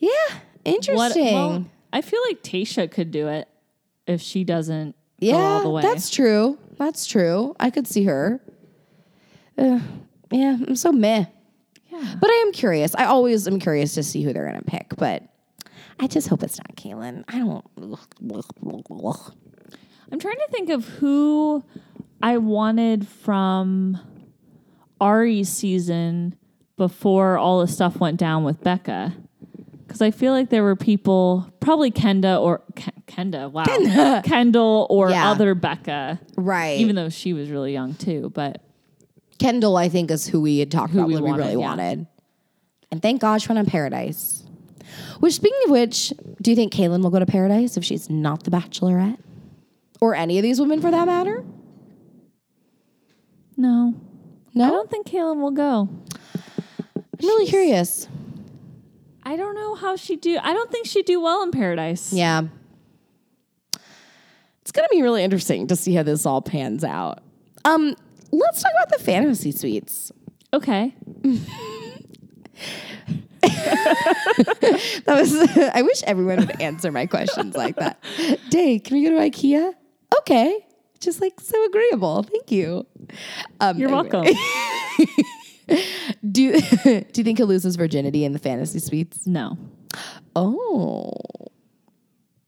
[SPEAKER 2] Yeah,
[SPEAKER 1] What-
[SPEAKER 2] interesting.
[SPEAKER 1] well, I feel like Tasha could do it if she doesn't
[SPEAKER 2] yeah,
[SPEAKER 1] go all the way.
[SPEAKER 2] that's true. That's true. I could see her. Uh, yeah, I'm so meh.
[SPEAKER 1] yeah.
[SPEAKER 2] But I am curious. I always am curious to see who they're going to pick, but I just hope it's not Kaylin. I don't.
[SPEAKER 1] I'm trying to think of who I wanted from Ari's season before all the stuff went down with Becca. Because I feel like there were people, probably Kenda or Ken- Kenda, wow, Kendall or
[SPEAKER 2] Yeah.
[SPEAKER 1] other Becca,
[SPEAKER 2] Right.
[SPEAKER 1] even though she was really young too. But
[SPEAKER 2] Kendall, I think, is who we had talked about
[SPEAKER 1] we
[SPEAKER 2] when we
[SPEAKER 1] wanted,
[SPEAKER 2] really
[SPEAKER 1] yeah.
[SPEAKER 2] wanted. And thank God she went on Paradise. Which, speaking of which, do you think Kaylin will go to Paradise if she's not the Bachelorette? Or any of these women for that matter?
[SPEAKER 1] no, I
[SPEAKER 2] No?
[SPEAKER 1] don't think Kaylin will go.
[SPEAKER 2] I'm really curious.
[SPEAKER 1] I don't know how she do. I don't think she'd do well in Paradise.
[SPEAKER 2] Yeah. It's going to be really interesting to see how this all pans out. Um, let's talk about the fantasy suites.
[SPEAKER 1] Okay.
[SPEAKER 2] That was. I wish everyone would answer my questions like that. Day, can we go to IKEA? Okay, just like so agreeable. Thank you. Um,
[SPEAKER 1] You're
[SPEAKER 2] anyway.
[SPEAKER 1] welcome.
[SPEAKER 2] Do you, Do you think he'll lose his virginity in the fantasy suites?
[SPEAKER 1] no.
[SPEAKER 2] Oh.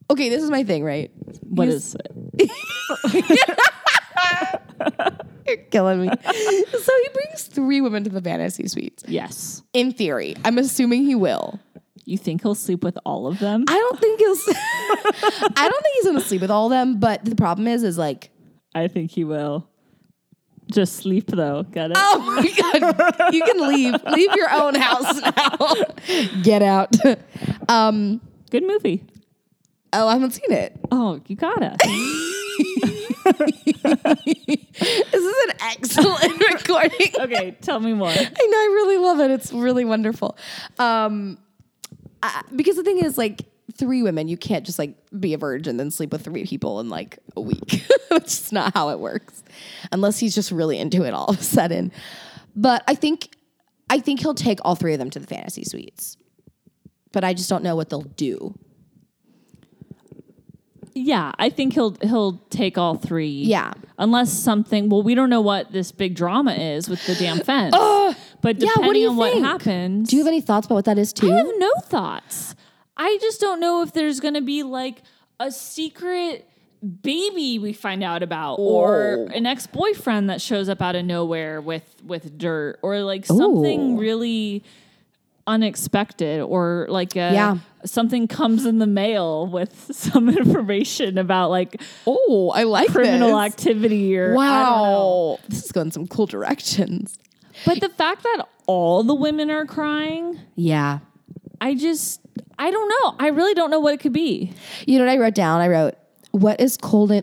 [SPEAKER 2] Okay, this is my thing, right?
[SPEAKER 1] What is it?
[SPEAKER 2] You're killing me. so he brings three women to the fantasy suites.
[SPEAKER 1] Yes.
[SPEAKER 2] In theory, I'm assuming he will.
[SPEAKER 1] You think he'll sleep with all of them?
[SPEAKER 2] I don't think he'll. s- I don't think he's gonna sleep with all of them. But the problem is, is like
[SPEAKER 1] I think he will. Just sleep though. Got it?
[SPEAKER 2] Oh my god! You can leave. Leave your own house now. Get out. Um.
[SPEAKER 1] Good movie.
[SPEAKER 2] Oh, I haven't seen it.
[SPEAKER 1] Oh, you gotta.
[SPEAKER 2] This is an excellent recording.
[SPEAKER 1] okay, tell me more.
[SPEAKER 2] I know. I really love it. It's really wonderful. Um, I, because the thing is, like, three women, you can't just like be a virgin and sleep with three people in like a week. That's just not how it works, unless he's just really into it all of a sudden. But I think, I think he'll take all three of them to the fantasy suites. But I just don't know what they'll do.
[SPEAKER 1] Yeah, I think he'll he'll take all three.
[SPEAKER 2] Yeah.
[SPEAKER 1] Unless something well, we don't know what this big drama is with the damn fence. but
[SPEAKER 2] Yeah,
[SPEAKER 1] depending
[SPEAKER 2] what do you
[SPEAKER 1] on Oh, what
[SPEAKER 2] think?
[SPEAKER 1] happens.
[SPEAKER 2] Do you have any thoughts about what that is too?
[SPEAKER 1] I have no thoughts. I just don't know if there's going to be like a secret baby we find out about or
[SPEAKER 2] Oh.
[SPEAKER 1] an ex-boyfriend that shows up out of nowhere with with dirt or like something
[SPEAKER 2] Ooh.
[SPEAKER 1] really unexpected or like a,
[SPEAKER 2] Yeah.
[SPEAKER 1] something comes in the mail with some information about like
[SPEAKER 2] oh, I like
[SPEAKER 1] criminal activity or I don't know.
[SPEAKER 2] Wow, this is going some cool directions.
[SPEAKER 1] But the fact that all the women are crying,
[SPEAKER 2] Yeah,
[SPEAKER 1] I just I don't know. I really don't know what it could be.
[SPEAKER 2] You know what I wrote down? I wrote, "What is Colton?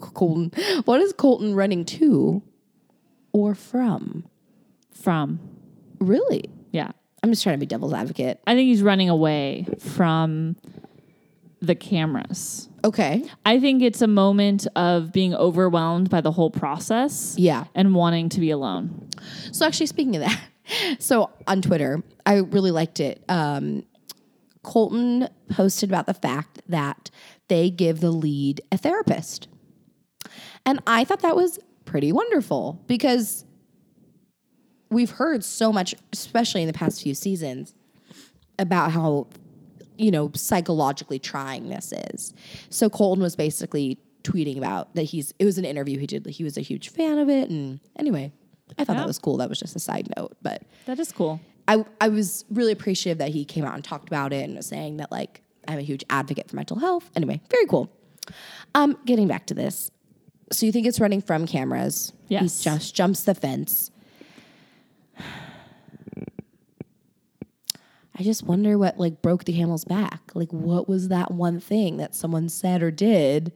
[SPEAKER 2] Colton? What is Colton running to, or from?
[SPEAKER 1] from.
[SPEAKER 2] Really?
[SPEAKER 1] Yeah.
[SPEAKER 2] I'm just trying to be devil's advocate.
[SPEAKER 1] I think he's running away from the cameras.
[SPEAKER 2] Okay.
[SPEAKER 1] I think it's a moment of being overwhelmed by the whole process.
[SPEAKER 2] Yeah.
[SPEAKER 1] And wanting to be alone.
[SPEAKER 2] So actually, speaking of that, so on Twitter, I really liked it. Um, Colton posted about the fact that they give the lead a therapist, and I thought that was pretty wonderful because we've heard so much, especially in the past few seasons, about how you know psychologically trying this is. So Colton was basically tweeting about that he's it was an interview he did he was a huge fan of it and anyway I thought that was cool that was just a side note but
[SPEAKER 1] That is cool.
[SPEAKER 2] I I was really appreciative that he came out and talked about it and was saying that like I'm a huge advocate for mental health anyway very cool um getting back to this so you think it's running from cameras
[SPEAKER 1] Yes.
[SPEAKER 2] he just jumps the fence I just wonder what like broke the camel's back. Like what was that one thing that someone said or did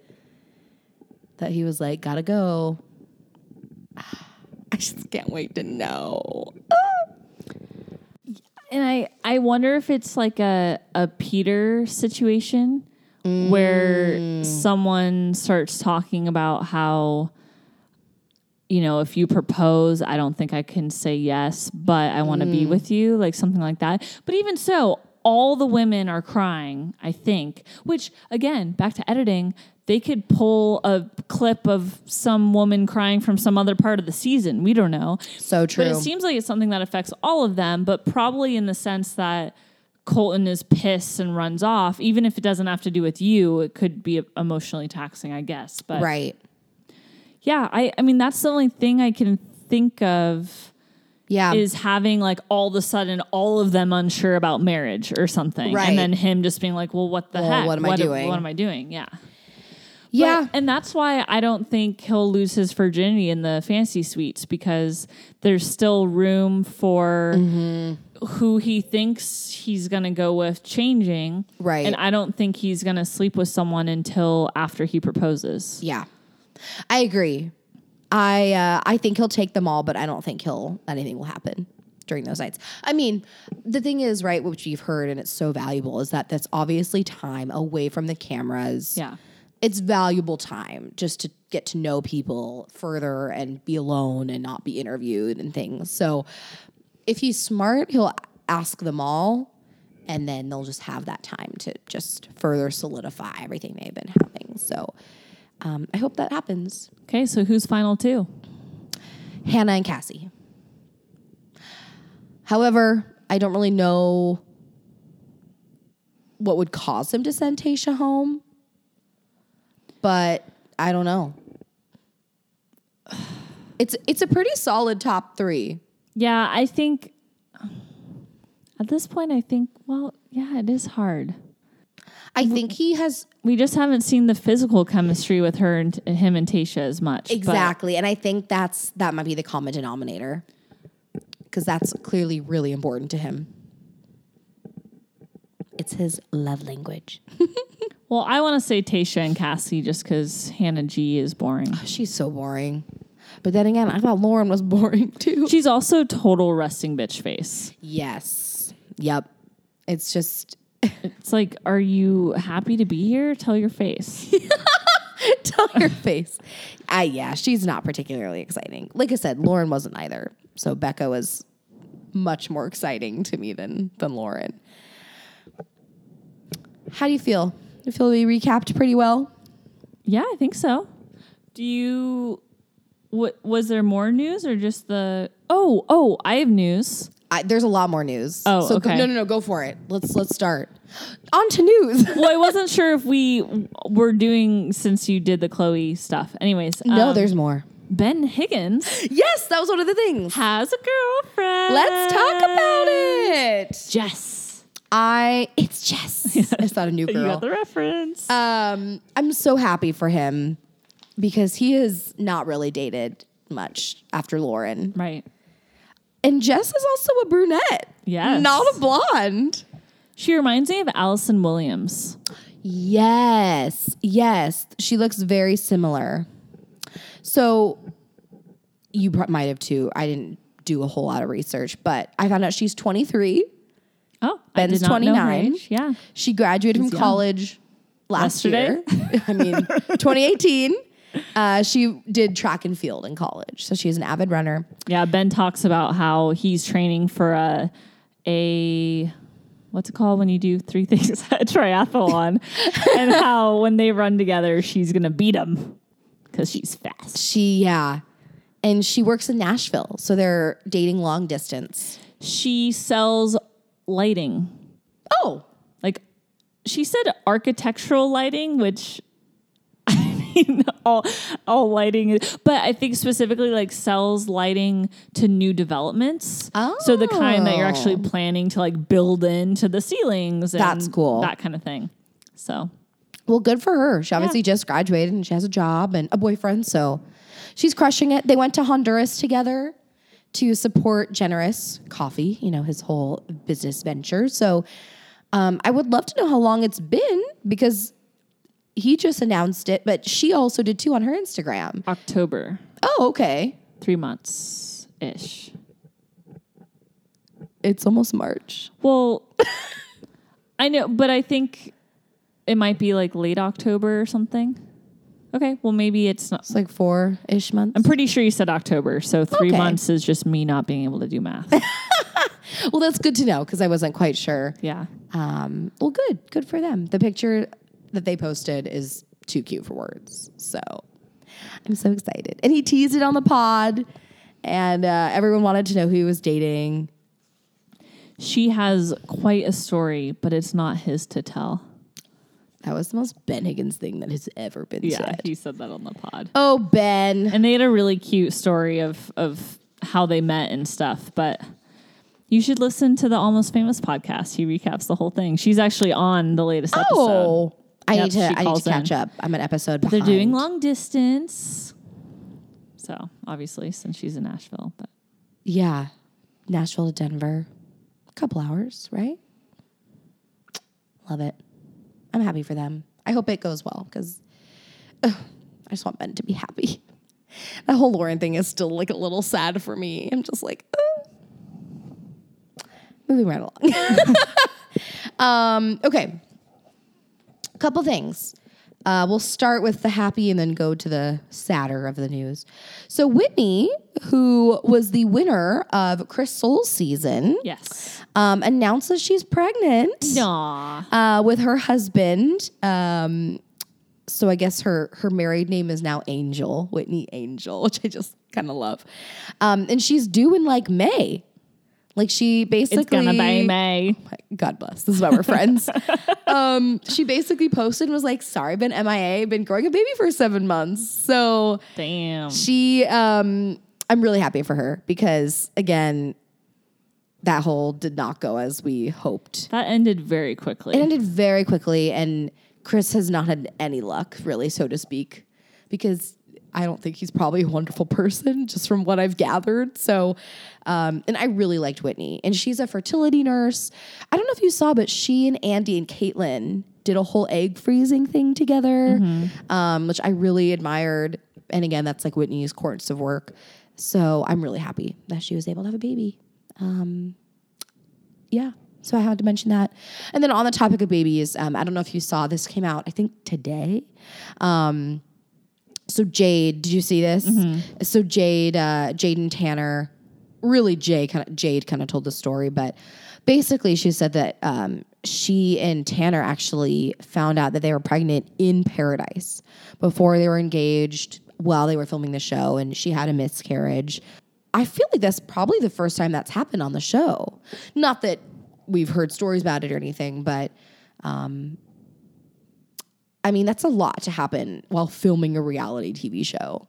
[SPEAKER 2] that he was like, gotta go. I just can't wait to know.
[SPEAKER 1] And I, I wonder if it's like a, a Peter situation where someone starts talking about how, you know, if you propose, I don't think I can say yes, but I want to be with you, like something like that. But even so, all the women are crying, I think, which again, back to editing, they could pull a clip of some woman crying from some other part of the season. We don't know.
[SPEAKER 2] So true.
[SPEAKER 1] But it seems like it's something that affects all of them, but probably in the sense that Colton is pissed and runs off. Even if it doesn't have to do with you, it could be emotionally taxing, I guess. But
[SPEAKER 2] right.
[SPEAKER 1] yeah, I, I mean, that's the only thing I can think of
[SPEAKER 2] Yeah.
[SPEAKER 1] is having like all of a sudden all of them unsure about marriage or something.
[SPEAKER 2] Right.
[SPEAKER 1] And then him just being like, well, what the
[SPEAKER 2] Well,
[SPEAKER 1] heck?
[SPEAKER 2] what am I doing?
[SPEAKER 1] What am I doing? Yeah.
[SPEAKER 2] yeah.
[SPEAKER 1] But- and that's why I don't think he'll lose his virginity in the fancy suites because there's still room for
[SPEAKER 2] Mm-hmm.
[SPEAKER 1] who he thinks he's going to go with changing.
[SPEAKER 2] Right.
[SPEAKER 1] And I don't think he's going to sleep with someone until after he proposes.
[SPEAKER 2] Yeah, I agree. I uh, I think he'll take them all, but I don't think he'll anything will happen during those nights. I mean, the thing is, right? Which you've heard, and it's so valuable, is that that's obviously time away from the cameras.
[SPEAKER 1] Yeah.
[SPEAKER 2] it's valuable time just to get to know people further and be alone and not be interviewed and things. So, if he's smart, he'll ask them all. And then they'll just have that time to just further solidify everything they've been having. So, um, I hope that happens.
[SPEAKER 1] Okay. So who's final two?
[SPEAKER 2] Hannah and Cassie. However, I don't really know what would cause him to send Tasha home, but I don't know. It's it's a pretty solid top three.
[SPEAKER 1] Yeah. I think at this point, I think, well, yeah, it is hard.
[SPEAKER 2] I think he has
[SPEAKER 1] We just haven't seen the physical chemistry with her and him and Tasha as much. but-
[SPEAKER 2] exactly, and I think that's that might be the common denominator because that's clearly really important to him. It's his love language.
[SPEAKER 1] Well, I want to say Tasha and Cassie just because Hannah G is boring.
[SPEAKER 2] She's so boring. But then again, I thought Lauren was boring too.
[SPEAKER 1] She's also total resting bitch face.
[SPEAKER 2] Yes. Yep. It's just
[SPEAKER 1] It's like, are you happy to be here? Tell your face.
[SPEAKER 2] tell your face. Ah, yeah, she's not particularly exciting. Like I said, Lauren wasn't either. So Becca was much more exciting to me than than Lauren. How do you feel? You feel we recapped pretty well?
[SPEAKER 1] yeah, I think so. Do you? What was there more news or just the? Oh, oh, I have news.
[SPEAKER 2] I, there's a lot more news.
[SPEAKER 1] Oh,
[SPEAKER 2] so go-
[SPEAKER 1] okay.
[SPEAKER 2] no, no, no, go for it. Let's let's start. On to news.
[SPEAKER 1] Well, I wasn't sure if we were doing since you did the Chloe stuff. Anyways,
[SPEAKER 2] no,
[SPEAKER 1] um,
[SPEAKER 2] there's more.
[SPEAKER 1] Ben Higgins
[SPEAKER 2] Yes, that was one of the things.
[SPEAKER 1] has a girlfriend.
[SPEAKER 2] Let's talk about it.
[SPEAKER 1] Jess.
[SPEAKER 2] I it's Jess. It's not a new
[SPEAKER 1] You
[SPEAKER 2] girl.
[SPEAKER 1] got the reference.
[SPEAKER 2] Um, I'm so happy for him because he has not really dated much after Lauren.
[SPEAKER 1] right.
[SPEAKER 2] And Jess is also a brunette.
[SPEAKER 1] Yes.
[SPEAKER 2] Not a blonde.
[SPEAKER 1] She reminds me of Allison Williams.
[SPEAKER 2] Yes. Yes. She looks very similar. So you pro- might have too. I didn't do a whole lot of research, but I found out she's 23.
[SPEAKER 1] Oh, I
[SPEAKER 2] Ben's
[SPEAKER 1] did not know her
[SPEAKER 2] 29.
[SPEAKER 1] age. Yeah.
[SPEAKER 2] She graduated from
[SPEAKER 1] young.
[SPEAKER 2] college last
[SPEAKER 1] Yesterday?
[SPEAKER 2] year. I mean, 2018. Uh, she did track and field in college, so she's an avid runner.
[SPEAKER 1] Yeah. Ben talks about how he's training for a, a what's it called when you do three things a triathlon and how when they run together, she's going to beat him because she's fast.
[SPEAKER 2] She, yeah, and she works in Nashville, so they're dating long distance.
[SPEAKER 1] She sells lighting.
[SPEAKER 2] Oh,
[SPEAKER 1] Like she said architectural lighting, which I mean, all all lighting is- but i think specifically like sells lighting to new developments so the kind that you're actually planning to like build into the ceilings and
[SPEAKER 2] Oh. That's cool.
[SPEAKER 1] that kind of thing so
[SPEAKER 2] well, good for her. She obviously just graduated and she has a job and a boyfriend, so she's crushing it. They went to Honduras together to support Generous Coffee, you know, his whole business venture. So um, I would love to know how long it's been because he just announced it, but she also did too on her Instagram.
[SPEAKER 1] october
[SPEAKER 2] Oh, okay.
[SPEAKER 1] three months ish
[SPEAKER 2] It's almost March.
[SPEAKER 1] well i know but i think it might be like late october or something okay well maybe it's not
[SPEAKER 2] It's like four ish months.
[SPEAKER 1] i'm pretty sure you said october so three
[SPEAKER 2] Okay.
[SPEAKER 1] months is just me not being able to do math
[SPEAKER 2] well, that's good to know because I wasn't quite sure.
[SPEAKER 1] yeah
[SPEAKER 2] Um, well, good, good for them. The picture that they posted is too cute for words, so I'm so excited. And he teased it on the pod, and uh, everyone wanted to know who he was dating.
[SPEAKER 1] She has quite a story, but it's not his to tell.
[SPEAKER 2] That was the most Ben Higgins thing that has ever been said.
[SPEAKER 1] he said that on the pod.
[SPEAKER 2] Oh, Ben.
[SPEAKER 1] And they had a really cute story of of how they met and stuff, but you should listen to the Almost Famous podcast. He recaps the whole thing. She's actually on the latest episode.
[SPEAKER 2] Oh, I
[SPEAKER 1] Yep,
[SPEAKER 2] need
[SPEAKER 1] she
[SPEAKER 2] to. I need
[SPEAKER 1] calls
[SPEAKER 2] to catch
[SPEAKER 1] in.
[SPEAKER 2] up. I'm an episode.
[SPEAKER 1] They're doing
[SPEAKER 2] behind.
[SPEAKER 1] long distance. So, obviously, since she's in Nashville, but
[SPEAKER 2] Yeah, Nashville to Denver, a couple hours, right? Love it. I'm happy for them. I hope it goes well because I just want Ben to be happy. That whole Lauren thing is still like a little sad for me. I'm just like, "Uh." moving right along. um, okay, a couple things. Uh, we'll start with the happy and then go to the sadder of the news. So Whitney, who was the winner of Chris Soul's season,
[SPEAKER 1] yes.
[SPEAKER 2] um, announced that she's pregnant
[SPEAKER 1] Aww.
[SPEAKER 2] uh, with her husband. Um, so I guess her her married name is now Angel Whitney Angel, which I just kind of love. Um, and she's due in like May. Like she basically
[SPEAKER 1] It's gonna be May.
[SPEAKER 2] God bless. This is why we're friends. Um, she basically posted and was like, "Sorry, been MIA, been growing a baby for seven months." So
[SPEAKER 1] Damn.
[SPEAKER 2] she, um, I'm really happy for her because again, that whole did not go as we hoped.
[SPEAKER 1] That ended very quickly.
[SPEAKER 2] It ended very quickly, and Chris has not had any luck, really, so to speak, because I don't think he's probably a wonderful person, just from what I've gathered. So, um, and I really liked Whitney, and she's a fertility nurse. I don't know if you saw, but she and Andy and Caitlin did a whole egg freezing thing together, um, which I really admired. And again, that's like Whitney's course of work. So I'm really happy that she was able to have a baby yeah. So I had to mention that. And then on the topic of babies, um, I don't know if you saw this came out, I think today. Um, so Jade, did you see this? So Jade, uh, Jade and Tanner, really Jade kind of Jade kind of told the story, but basically she said that um, she and Tanner actually found out that they were pregnant in Paradise before they were engaged while they were filming the show, and she had a miscarriage. I feel like that's probably the first time that's happened on the show. Not that we've heard stories about it or anything, but um, I mean, that's a lot to happen while filming a reality TV show.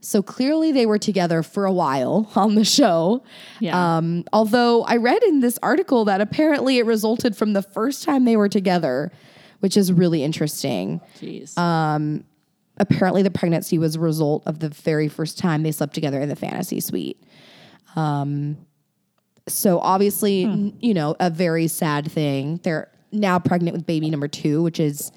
[SPEAKER 2] So clearly they were together for a while on the show.
[SPEAKER 1] Yeah.
[SPEAKER 2] Um, although I read in this article that apparently it resulted from the first time they were together, which is really interesting.
[SPEAKER 1] Jeez.
[SPEAKER 2] uh, Apparently the pregnancy was a result of the very first time they slept together in the fantasy suite. Um, so obviously, n- you know, a very sad thing. They're now pregnant with baby number two, which is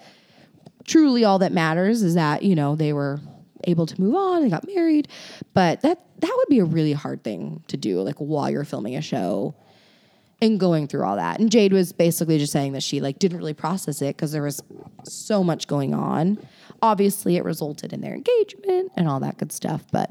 [SPEAKER 2] truly all that matters is that you know they were able to move on and got married but that that would be a really hard thing to do like while you're filming a show and going through all that and jade was basically just saying that she like didn't really process it because there was so much going on obviously it resulted in their engagement and all that good stuff but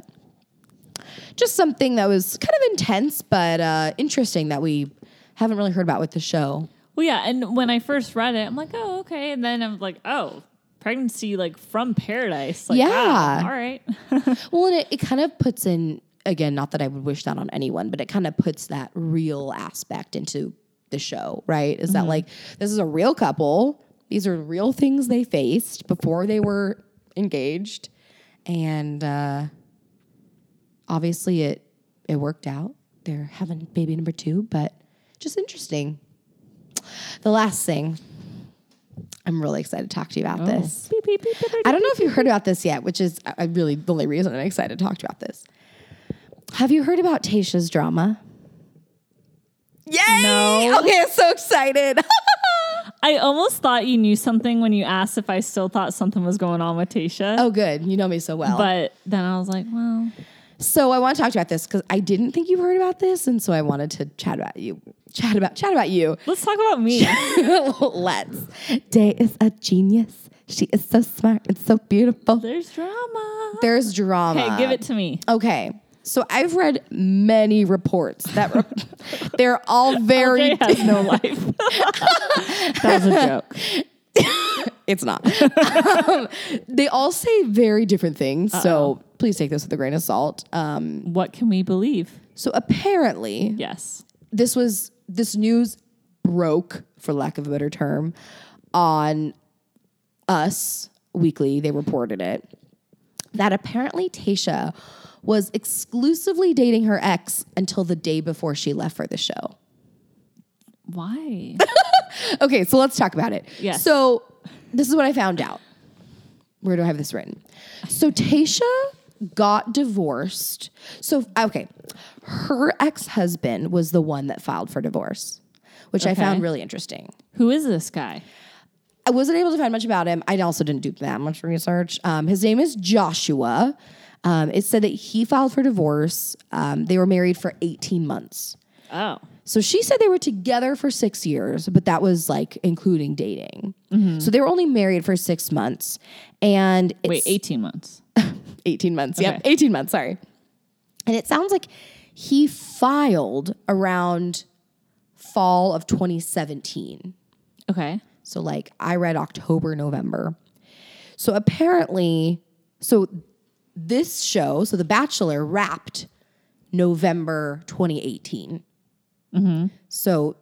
[SPEAKER 2] just something that was kind of intense but uh interesting that we haven't really heard about with the show
[SPEAKER 1] Well, yeah, and when I first read it, I'm like, oh, okay, and then I'm like, oh, pregnancy like from paradise. Like,
[SPEAKER 2] Yeah.
[SPEAKER 1] wow, all right.
[SPEAKER 2] Well, and it, it kind of puts in, again, not that I would wish that on anyone, but it kind of puts that real aspect into the show, right? Is that like, this is a real couple. These are real things they faced before they were engaged. And uh, obviously it, it worked out. They're having baby number two, but just interesting. The last thing I'm really excited to talk to you about this.
[SPEAKER 1] Beep, beep, beep, beep, beep.
[SPEAKER 2] I don't know if you've heard about this yet, which is I- I really the only reason I'm excited to talk to you about this. Have you heard about Tasha's drama? Yay!
[SPEAKER 1] No.
[SPEAKER 2] Okay, I'm so excited.
[SPEAKER 1] I almost thought you knew something when you asked if I still thought something was going on with Tasha,
[SPEAKER 2] oh, good. You know me so well.
[SPEAKER 1] but then I was like, well,
[SPEAKER 2] so I want to talk to you about this because I didn't think you heard about this, and so I wanted to chat about you. Chat about chat about you.
[SPEAKER 1] let's talk about me.
[SPEAKER 2] Let's. Day is a genius. She is so smart and so beautiful.
[SPEAKER 1] There's drama.
[SPEAKER 2] There's drama.
[SPEAKER 1] Okay, give it to me.
[SPEAKER 2] Okay. So I've read many reports that re- they're all very
[SPEAKER 1] Jay has no life. that was a joke.
[SPEAKER 2] it's not. Um, they all say very different things, so please take this with a grain of salt. Um,
[SPEAKER 1] What can we believe?
[SPEAKER 2] so apparently,
[SPEAKER 1] Yes.
[SPEAKER 2] this was this news broke, for lack of a better term, on Us Weekly. They reported it that apparently Tasha was exclusively dating her ex until the day before she left for the show.
[SPEAKER 1] Why?
[SPEAKER 2] Okay, so let's talk about it.
[SPEAKER 1] Yes.
[SPEAKER 2] So this is what I found out. Where do I have this written? So Tasha got divorced. So okay, her ex-husband was the one that filed for divorce, which I
[SPEAKER 1] Okay.
[SPEAKER 2] found really interesting.
[SPEAKER 1] Who is this guy?
[SPEAKER 2] I wasn't able to find much about him. I also didn't do that much research. Um, his name is Joshua. Um, it said that he filed for divorce. Um, they were married for 18 months.
[SPEAKER 1] Oh.
[SPEAKER 2] So she said they were together for six years, but that was like including dating. So they were only married for six months. And it's
[SPEAKER 1] Wait, 18 months.
[SPEAKER 2] 18 months. Yep.
[SPEAKER 1] Okay.
[SPEAKER 2] 18 months, sorry. And it sounds like he filed around fall of 2017.
[SPEAKER 1] Okay.
[SPEAKER 2] So like I read October, November. So apparently, so this show, so The Bachelor wrapped November 2018.
[SPEAKER 1] Mm-hmm.
[SPEAKER 2] So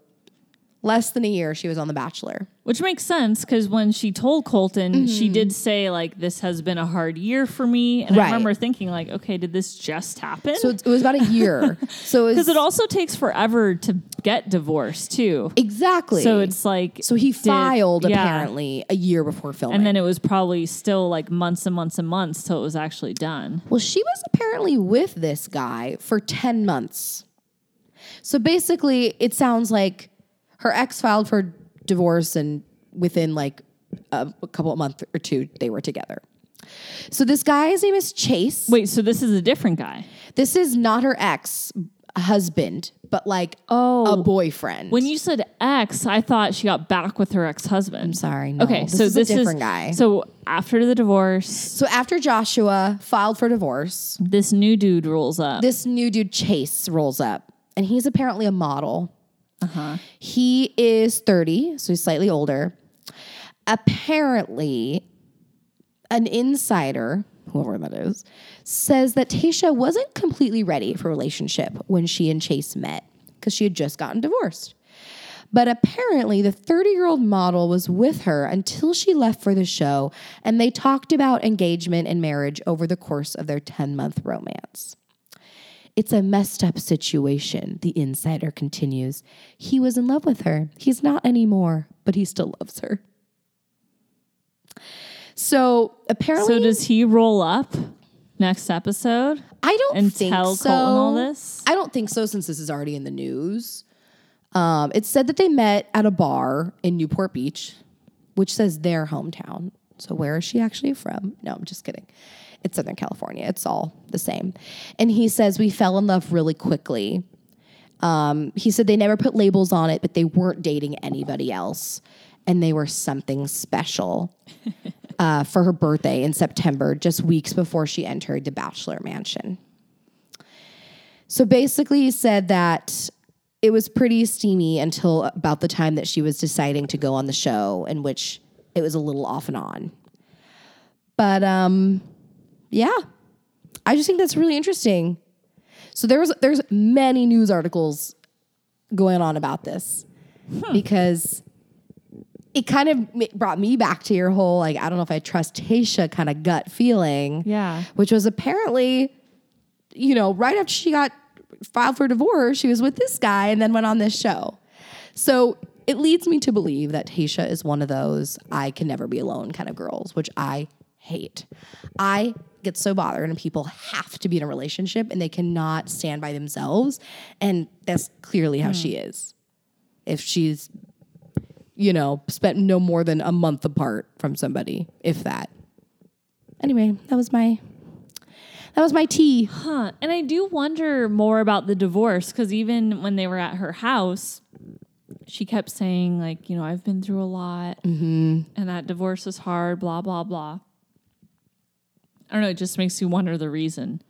[SPEAKER 2] less than a year she was on The Bachelor.
[SPEAKER 1] Which makes sense because when she told Colton, she
[SPEAKER 2] Mm-hmm.
[SPEAKER 1] did say, like, this has been a hard year for me. And
[SPEAKER 2] Right.
[SPEAKER 1] I remember thinking, like, okay, did this just happen?
[SPEAKER 2] So it it was about a year. so it
[SPEAKER 1] Because it
[SPEAKER 2] was,
[SPEAKER 1] also takes forever to get divorced, too.
[SPEAKER 2] exactly.
[SPEAKER 1] So it's like.
[SPEAKER 2] so he
[SPEAKER 1] did-
[SPEAKER 2] filed
[SPEAKER 1] yeah.
[SPEAKER 2] apparently a year before filming.
[SPEAKER 1] And then it was probably still like months and months and months till it was actually done.
[SPEAKER 2] Well, she was apparently with this guy for 10 months. So basically, it sounds like her ex filed for divorce, and within like a, a couple of months or two, they were together. So this guy's name is Chase.
[SPEAKER 1] Wait, so this is a different guy.
[SPEAKER 2] This is not her ex husband, but like a
[SPEAKER 1] Oh.
[SPEAKER 2] boyfriend.
[SPEAKER 1] When you said ex, I thought she got back with her ex husband.
[SPEAKER 2] Sorry, no.
[SPEAKER 1] Okay,
[SPEAKER 2] This
[SPEAKER 1] so
[SPEAKER 2] is a
[SPEAKER 1] this
[SPEAKER 2] different
[SPEAKER 1] is
[SPEAKER 2] guy.
[SPEAKER 1] So after the divorce,
[SPEAKER 2] so after Joshua filed for divorce,
[SPEAKER 1] this new dude rolls up.
[SPEAKER 2] this new dude Chase rolls up, and he's apparently a model. He is 30, so he's slightly older. Apparently, an insider, whoever that is, says that Tasha wasn't completely ready for a relationship when she and Chase met because she had just gotten divorced. But apparently, the 30 year old model was with her until she left for the show, and they talked about engagement and marriage over the course of their 10 month romance. It's a messed up situation, the insider continues. He was in love with her. He's not anymore, but he still loves her. So apparently,
[SPEAKER 1] so does he roll up next episode?
[SPEAKER 2] I don't
[SPEAKER 1] and
[SPEAKER 2] think
[SPEAKER 1] tell
[SPEAKER 2] so.
[SPEAKER 1] Colton all this?
[SPEAKER 2] I don't think so, since this is already in the news. Um, it said that they met at a bar in Newport Beach, which says their hometown. So where is she actually from? No, I'm just kidding. It's Southern California. It's all the same. And he says we fell in love really quickly. Um, he said they never put labels on it, but they weren't dating anybody else, and they were something special. uh, for her birthday in September, just weeks before she entered the Bachelor Mansion. So basically, he said that it was pretty steamy until about the time that she was deciding to go on the show, in which it was a little off and on. But um, yeah, I just think that's really interesting. So there was there's many news articles going on about this because it kind of m- brought me back to your whole like I don't know if I trust Tasha kind of gut feeling.
[SPEAKER 1] Yeah.
[SPEAKER 2] which was apparently you know, right after she got filed for divorce, she was with this guy and then went on this show. So it leads me to believe that Tasha is one of those I can never be alone kind of girls, which I hate. I get so bothered when people have to be in a relationship and they cannot stand by themselves. And that's clearly how she is. If she's, you know, spent no more than a month apart from somebody, if that. Anyway, that was my that was my tea.
[SPEAKER 1] Huh. And I do wonder more about the divorce because even when they were at her house, she kept saying, like, you know, I've been through a lot
[SPEAKER 2] Mm-hmm.
[SPEAKER 1] and that divorce is hard, blah, blah, blah. I don't know. It just makes you wonder the reason.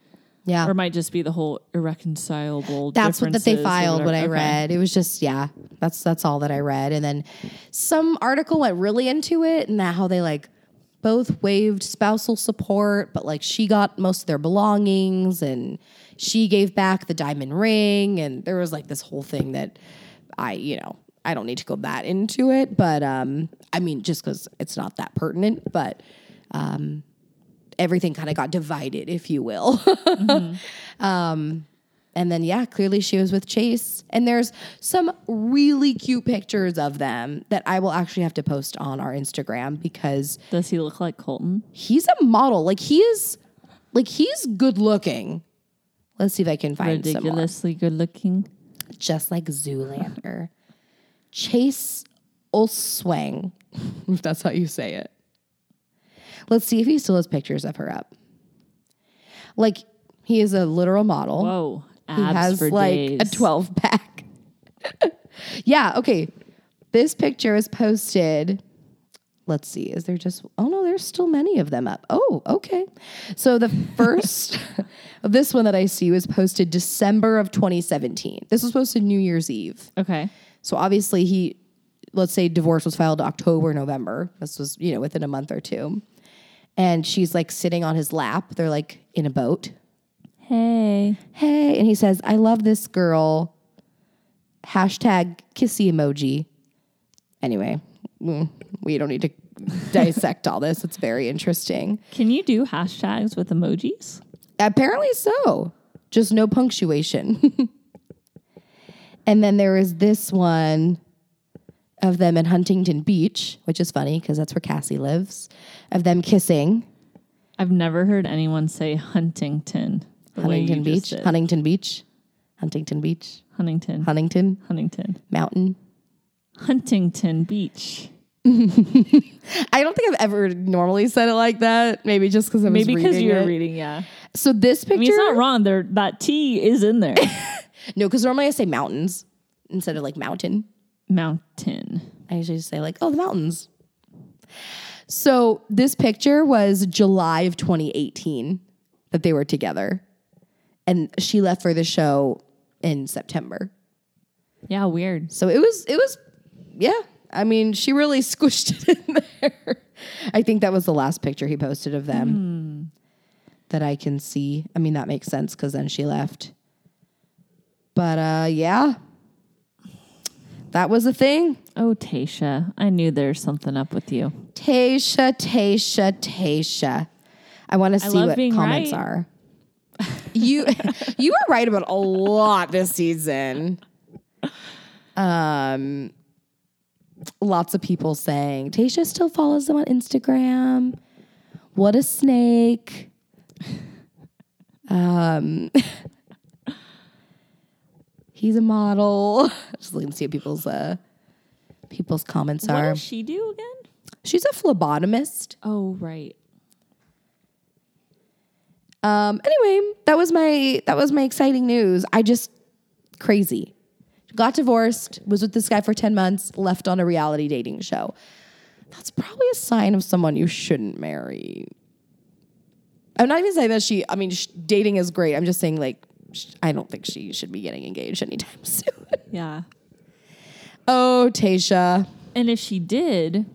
[SPEAKER 2] Yeah.
[SPEAKER 1] Or it might just be the whole irreconcilable.
[SPEAKER 2] that's what that they
[SPEAKER 1] differences or
[SPEAKER 2] filed what i
[SPEAKER 1] whatever. Okay.
[SPEAKER 2] read it was just yeah that's that's all that i read and then some article went really into it and that how they like both waived spousal support but like she got most of their belongings and she gave back the diamond ring and there was like this whole thing that i you know i don't need to go that into it but um i mean just because it's not that pertinent but um everything kind of got divided, if you will. um, and then, yeah, clearly she was with Chase. And there's some really cute pictures of them that I will actually have to post on our Instagram because
[SPEAKER 1] Does he look like Colton?
[SPEAKER 2] he's a model. Like he is, like he's good looking. Let's see if I can find some more.
[SPEAKER 1] Ridiculously good looking.
[SPEAKER 2] Just like Zoolander. Chase Olswang, if that's how you say it. Let's see if he still has pictures of her up. Like he is a literal model.
[SPEAKER 1] Whoa. Abs
[SPEAKER 2] He has
[SPEAKER 1] for
[SPEAKER 2] like
[SPEAKER 1] days.
[SPEAKER 2] a 12 pack. yeah, okay. This picture is posted. Let's see. Is there just Oh no, there's still many of them up. Oh, okay. So the first this one that I see was posted December of 2017. This was posted New Year's Eve.
[SPEAKER 1] Okay.
[SPEAKER 2] So obviously he let's say divorce was filed October, November. This was, you know, within a month or two. And she's like sitting on his lap. They're like in a boat
[SPEAKER 1] Hey.
[SPEAKER 2] hey and he says i love this girl hashtag kissy emoji anyway mm, we don't need to dissect all this it's very interesting
[SPEAKER 1] Can you do hashtags with emojis?
[SPEAKER 2] apparently so just no punctuation and then there is this one of them in huntington beach which is funny because that's where cassie lives of them kissing
[SPEAKER 1] I've never heard anyone say Huntington. the way you
[SPEAKER 2] huntington
[SPEAKER 1] just
[SPEAKER 2] beach
[SPEAKER 1] did.
[SPEAKER 2] huntington beach huntington beach
[SPEAKER 1] Huntington.
[SPEAKER 2] huntington
[SPEAKER 1] Huntington.
[SPEAKER 2] mountain
[SPEAKER 1] Huntington Beach.
[SPEAKER 2] I don't think I've ever normally said it like that. Maybe just because I was
[SPEAKER 1] Maybe because
[SPEAKER 2] reading
[SPEAKER 1] you were
[SPEAKER 2] it.
[SPEAKER 1] reading, yeah.
[SPEAKER 2] So this
[SPEAKER 1] I mean,
[SPEAKER 2] picture,
[SPEAKER 1] it's not wrong. There, that T is in there.
[SPEAKER 2] no, because normally I say mountains instead of like mountain.
[SPEAKER 1] Mountain.
[SPEAKER 2] I usually just say like, oh, the mountains. So this picture was July of 2018 that they were together, and she left for the show in September.
[SPEAKER 1] Yeah, weird.
[SPEAKER 2] So it was, it was, yeah. I mean, she really squished it in there. I think that was the last picture he posted of them that I can see. I mean, that makes sense because then she left. But uh, yeah, that was the thing.
[SPEAKER 1] Oh, Tasha, I knew there's something up with you.
[SPEAKER 2] Tasha, Tasha, Tasha. I want to see
[SPEAKER 1] love
[SPEAKER 2] what
[SPEAKER 1] being
[SPEAKER 2] comments
[SPEAKER 1] right.
[SPEAKER 2] are. You you were right about a lot this season. Um lots of people saying Tasha still follows them on Instagram. What a snake. Um He's a model. Just looking to see what people's uh people's comments
[SPEAKER 1] What
[SPEAKER 2] are.
[SPEAKER 1] does she do again?
[SPEAKER 2] She's a phlebotomist.
[SPEAKER 1] Oh, right.
[SPEAKER 2] Um, anyway, that was my that was my exciting news. I just crazy. Got divorced, was with this guy for 10 months, left on a reality dating show. That's probably a sign of someone you shouldn't marry. I'm not even saying that she, I mean, sh- dating is great. I'm just saying, like, sh- I don't think she should be getting engaged anytime soon.
[SPEAKER 1] Yeah.
[SPEAKER 2] oh, Tasha.
[SPEAKER 1] And if she did,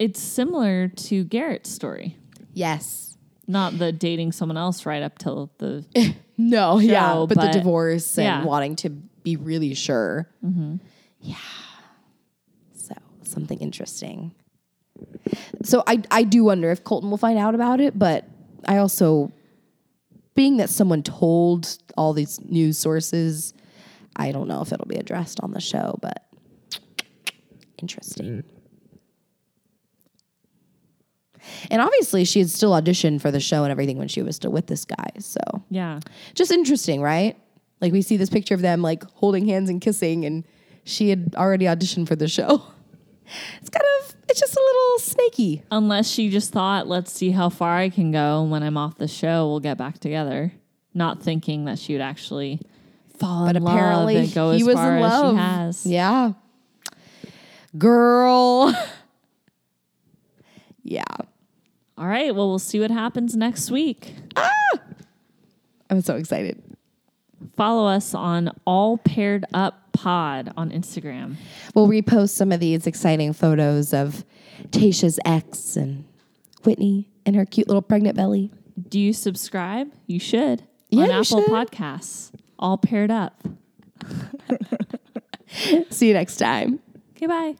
[SPEAKER 1] it's similar to Garrett's story.
[SPEAKER 2] Yes.
[SPEAKER 1] Not the dating someone else right up till the
[SPEAKER 2] No, yeah,
[SPEAKER 1] show,
[SPEAKER 2] but,
[SPEAKER 1] but-
[SPEAKER 2] the divorce and
[SPEAKER 1] yeah. Mm-hmm.
[SPEAKER 2] wanting to be really sure. Yeah. So something interesting. So I I do wonder if Colton will find out about it, but I also, being that someone told all these news sources, I don't know if it'll be addressed on the show, but interesting. And obviously, she had still auditioned for the show and everything when she was still with this guy. So
[SPEAKER 1] yeah.
[SPEAKER 2] just interesting, right? Like we see this picture of them like holding hands and kissing, and she had already auditioned for the show. It's kind of it's just a little snaky.
[SPEAKER 1] Unless she just thought, let's see how far I can go, and when I'm off the show, we'll get back together. Not thinking that she would actually fall
[SPEAKER 2] But
[SPEAKER 1] in
[SPEAKER 2] apparently
[SPEAKER 1] love and go
[SPEAKER 2] he
[SPEAKER 1] as
[SPEAKER 2] was
[SPEAKER 1] far
[SPEAKER 2] in love.
[SPEAKER 1] as she has.
[SPEAKER 2] Yeah. Girl. yeah.
[SPEAKER 1] All right. Well, we'll see what happens next week.
[SPEAKER 2] I'm so excited.
[SPEAKER 1] Follow us on All Paired Up Pod on Instagram.
[SPEAKER 2] We'll repost some of these exciting photos of Tasha's ex and Whitney and her cute little pregnant belly.
[SPEAKER 1] Do you subscribe? You should
[SPEAKER 2] Yeah,
[SPEAKER 1] on
[SPEAKER 2] you
[SPEAKER 1] Apple
[SPEAKER 2] should.
[SPEAKER 1] Podcasts. All Paired Up.
[SPEAKER 2] See you next time.
[SPEAKER 1] Okay, bye.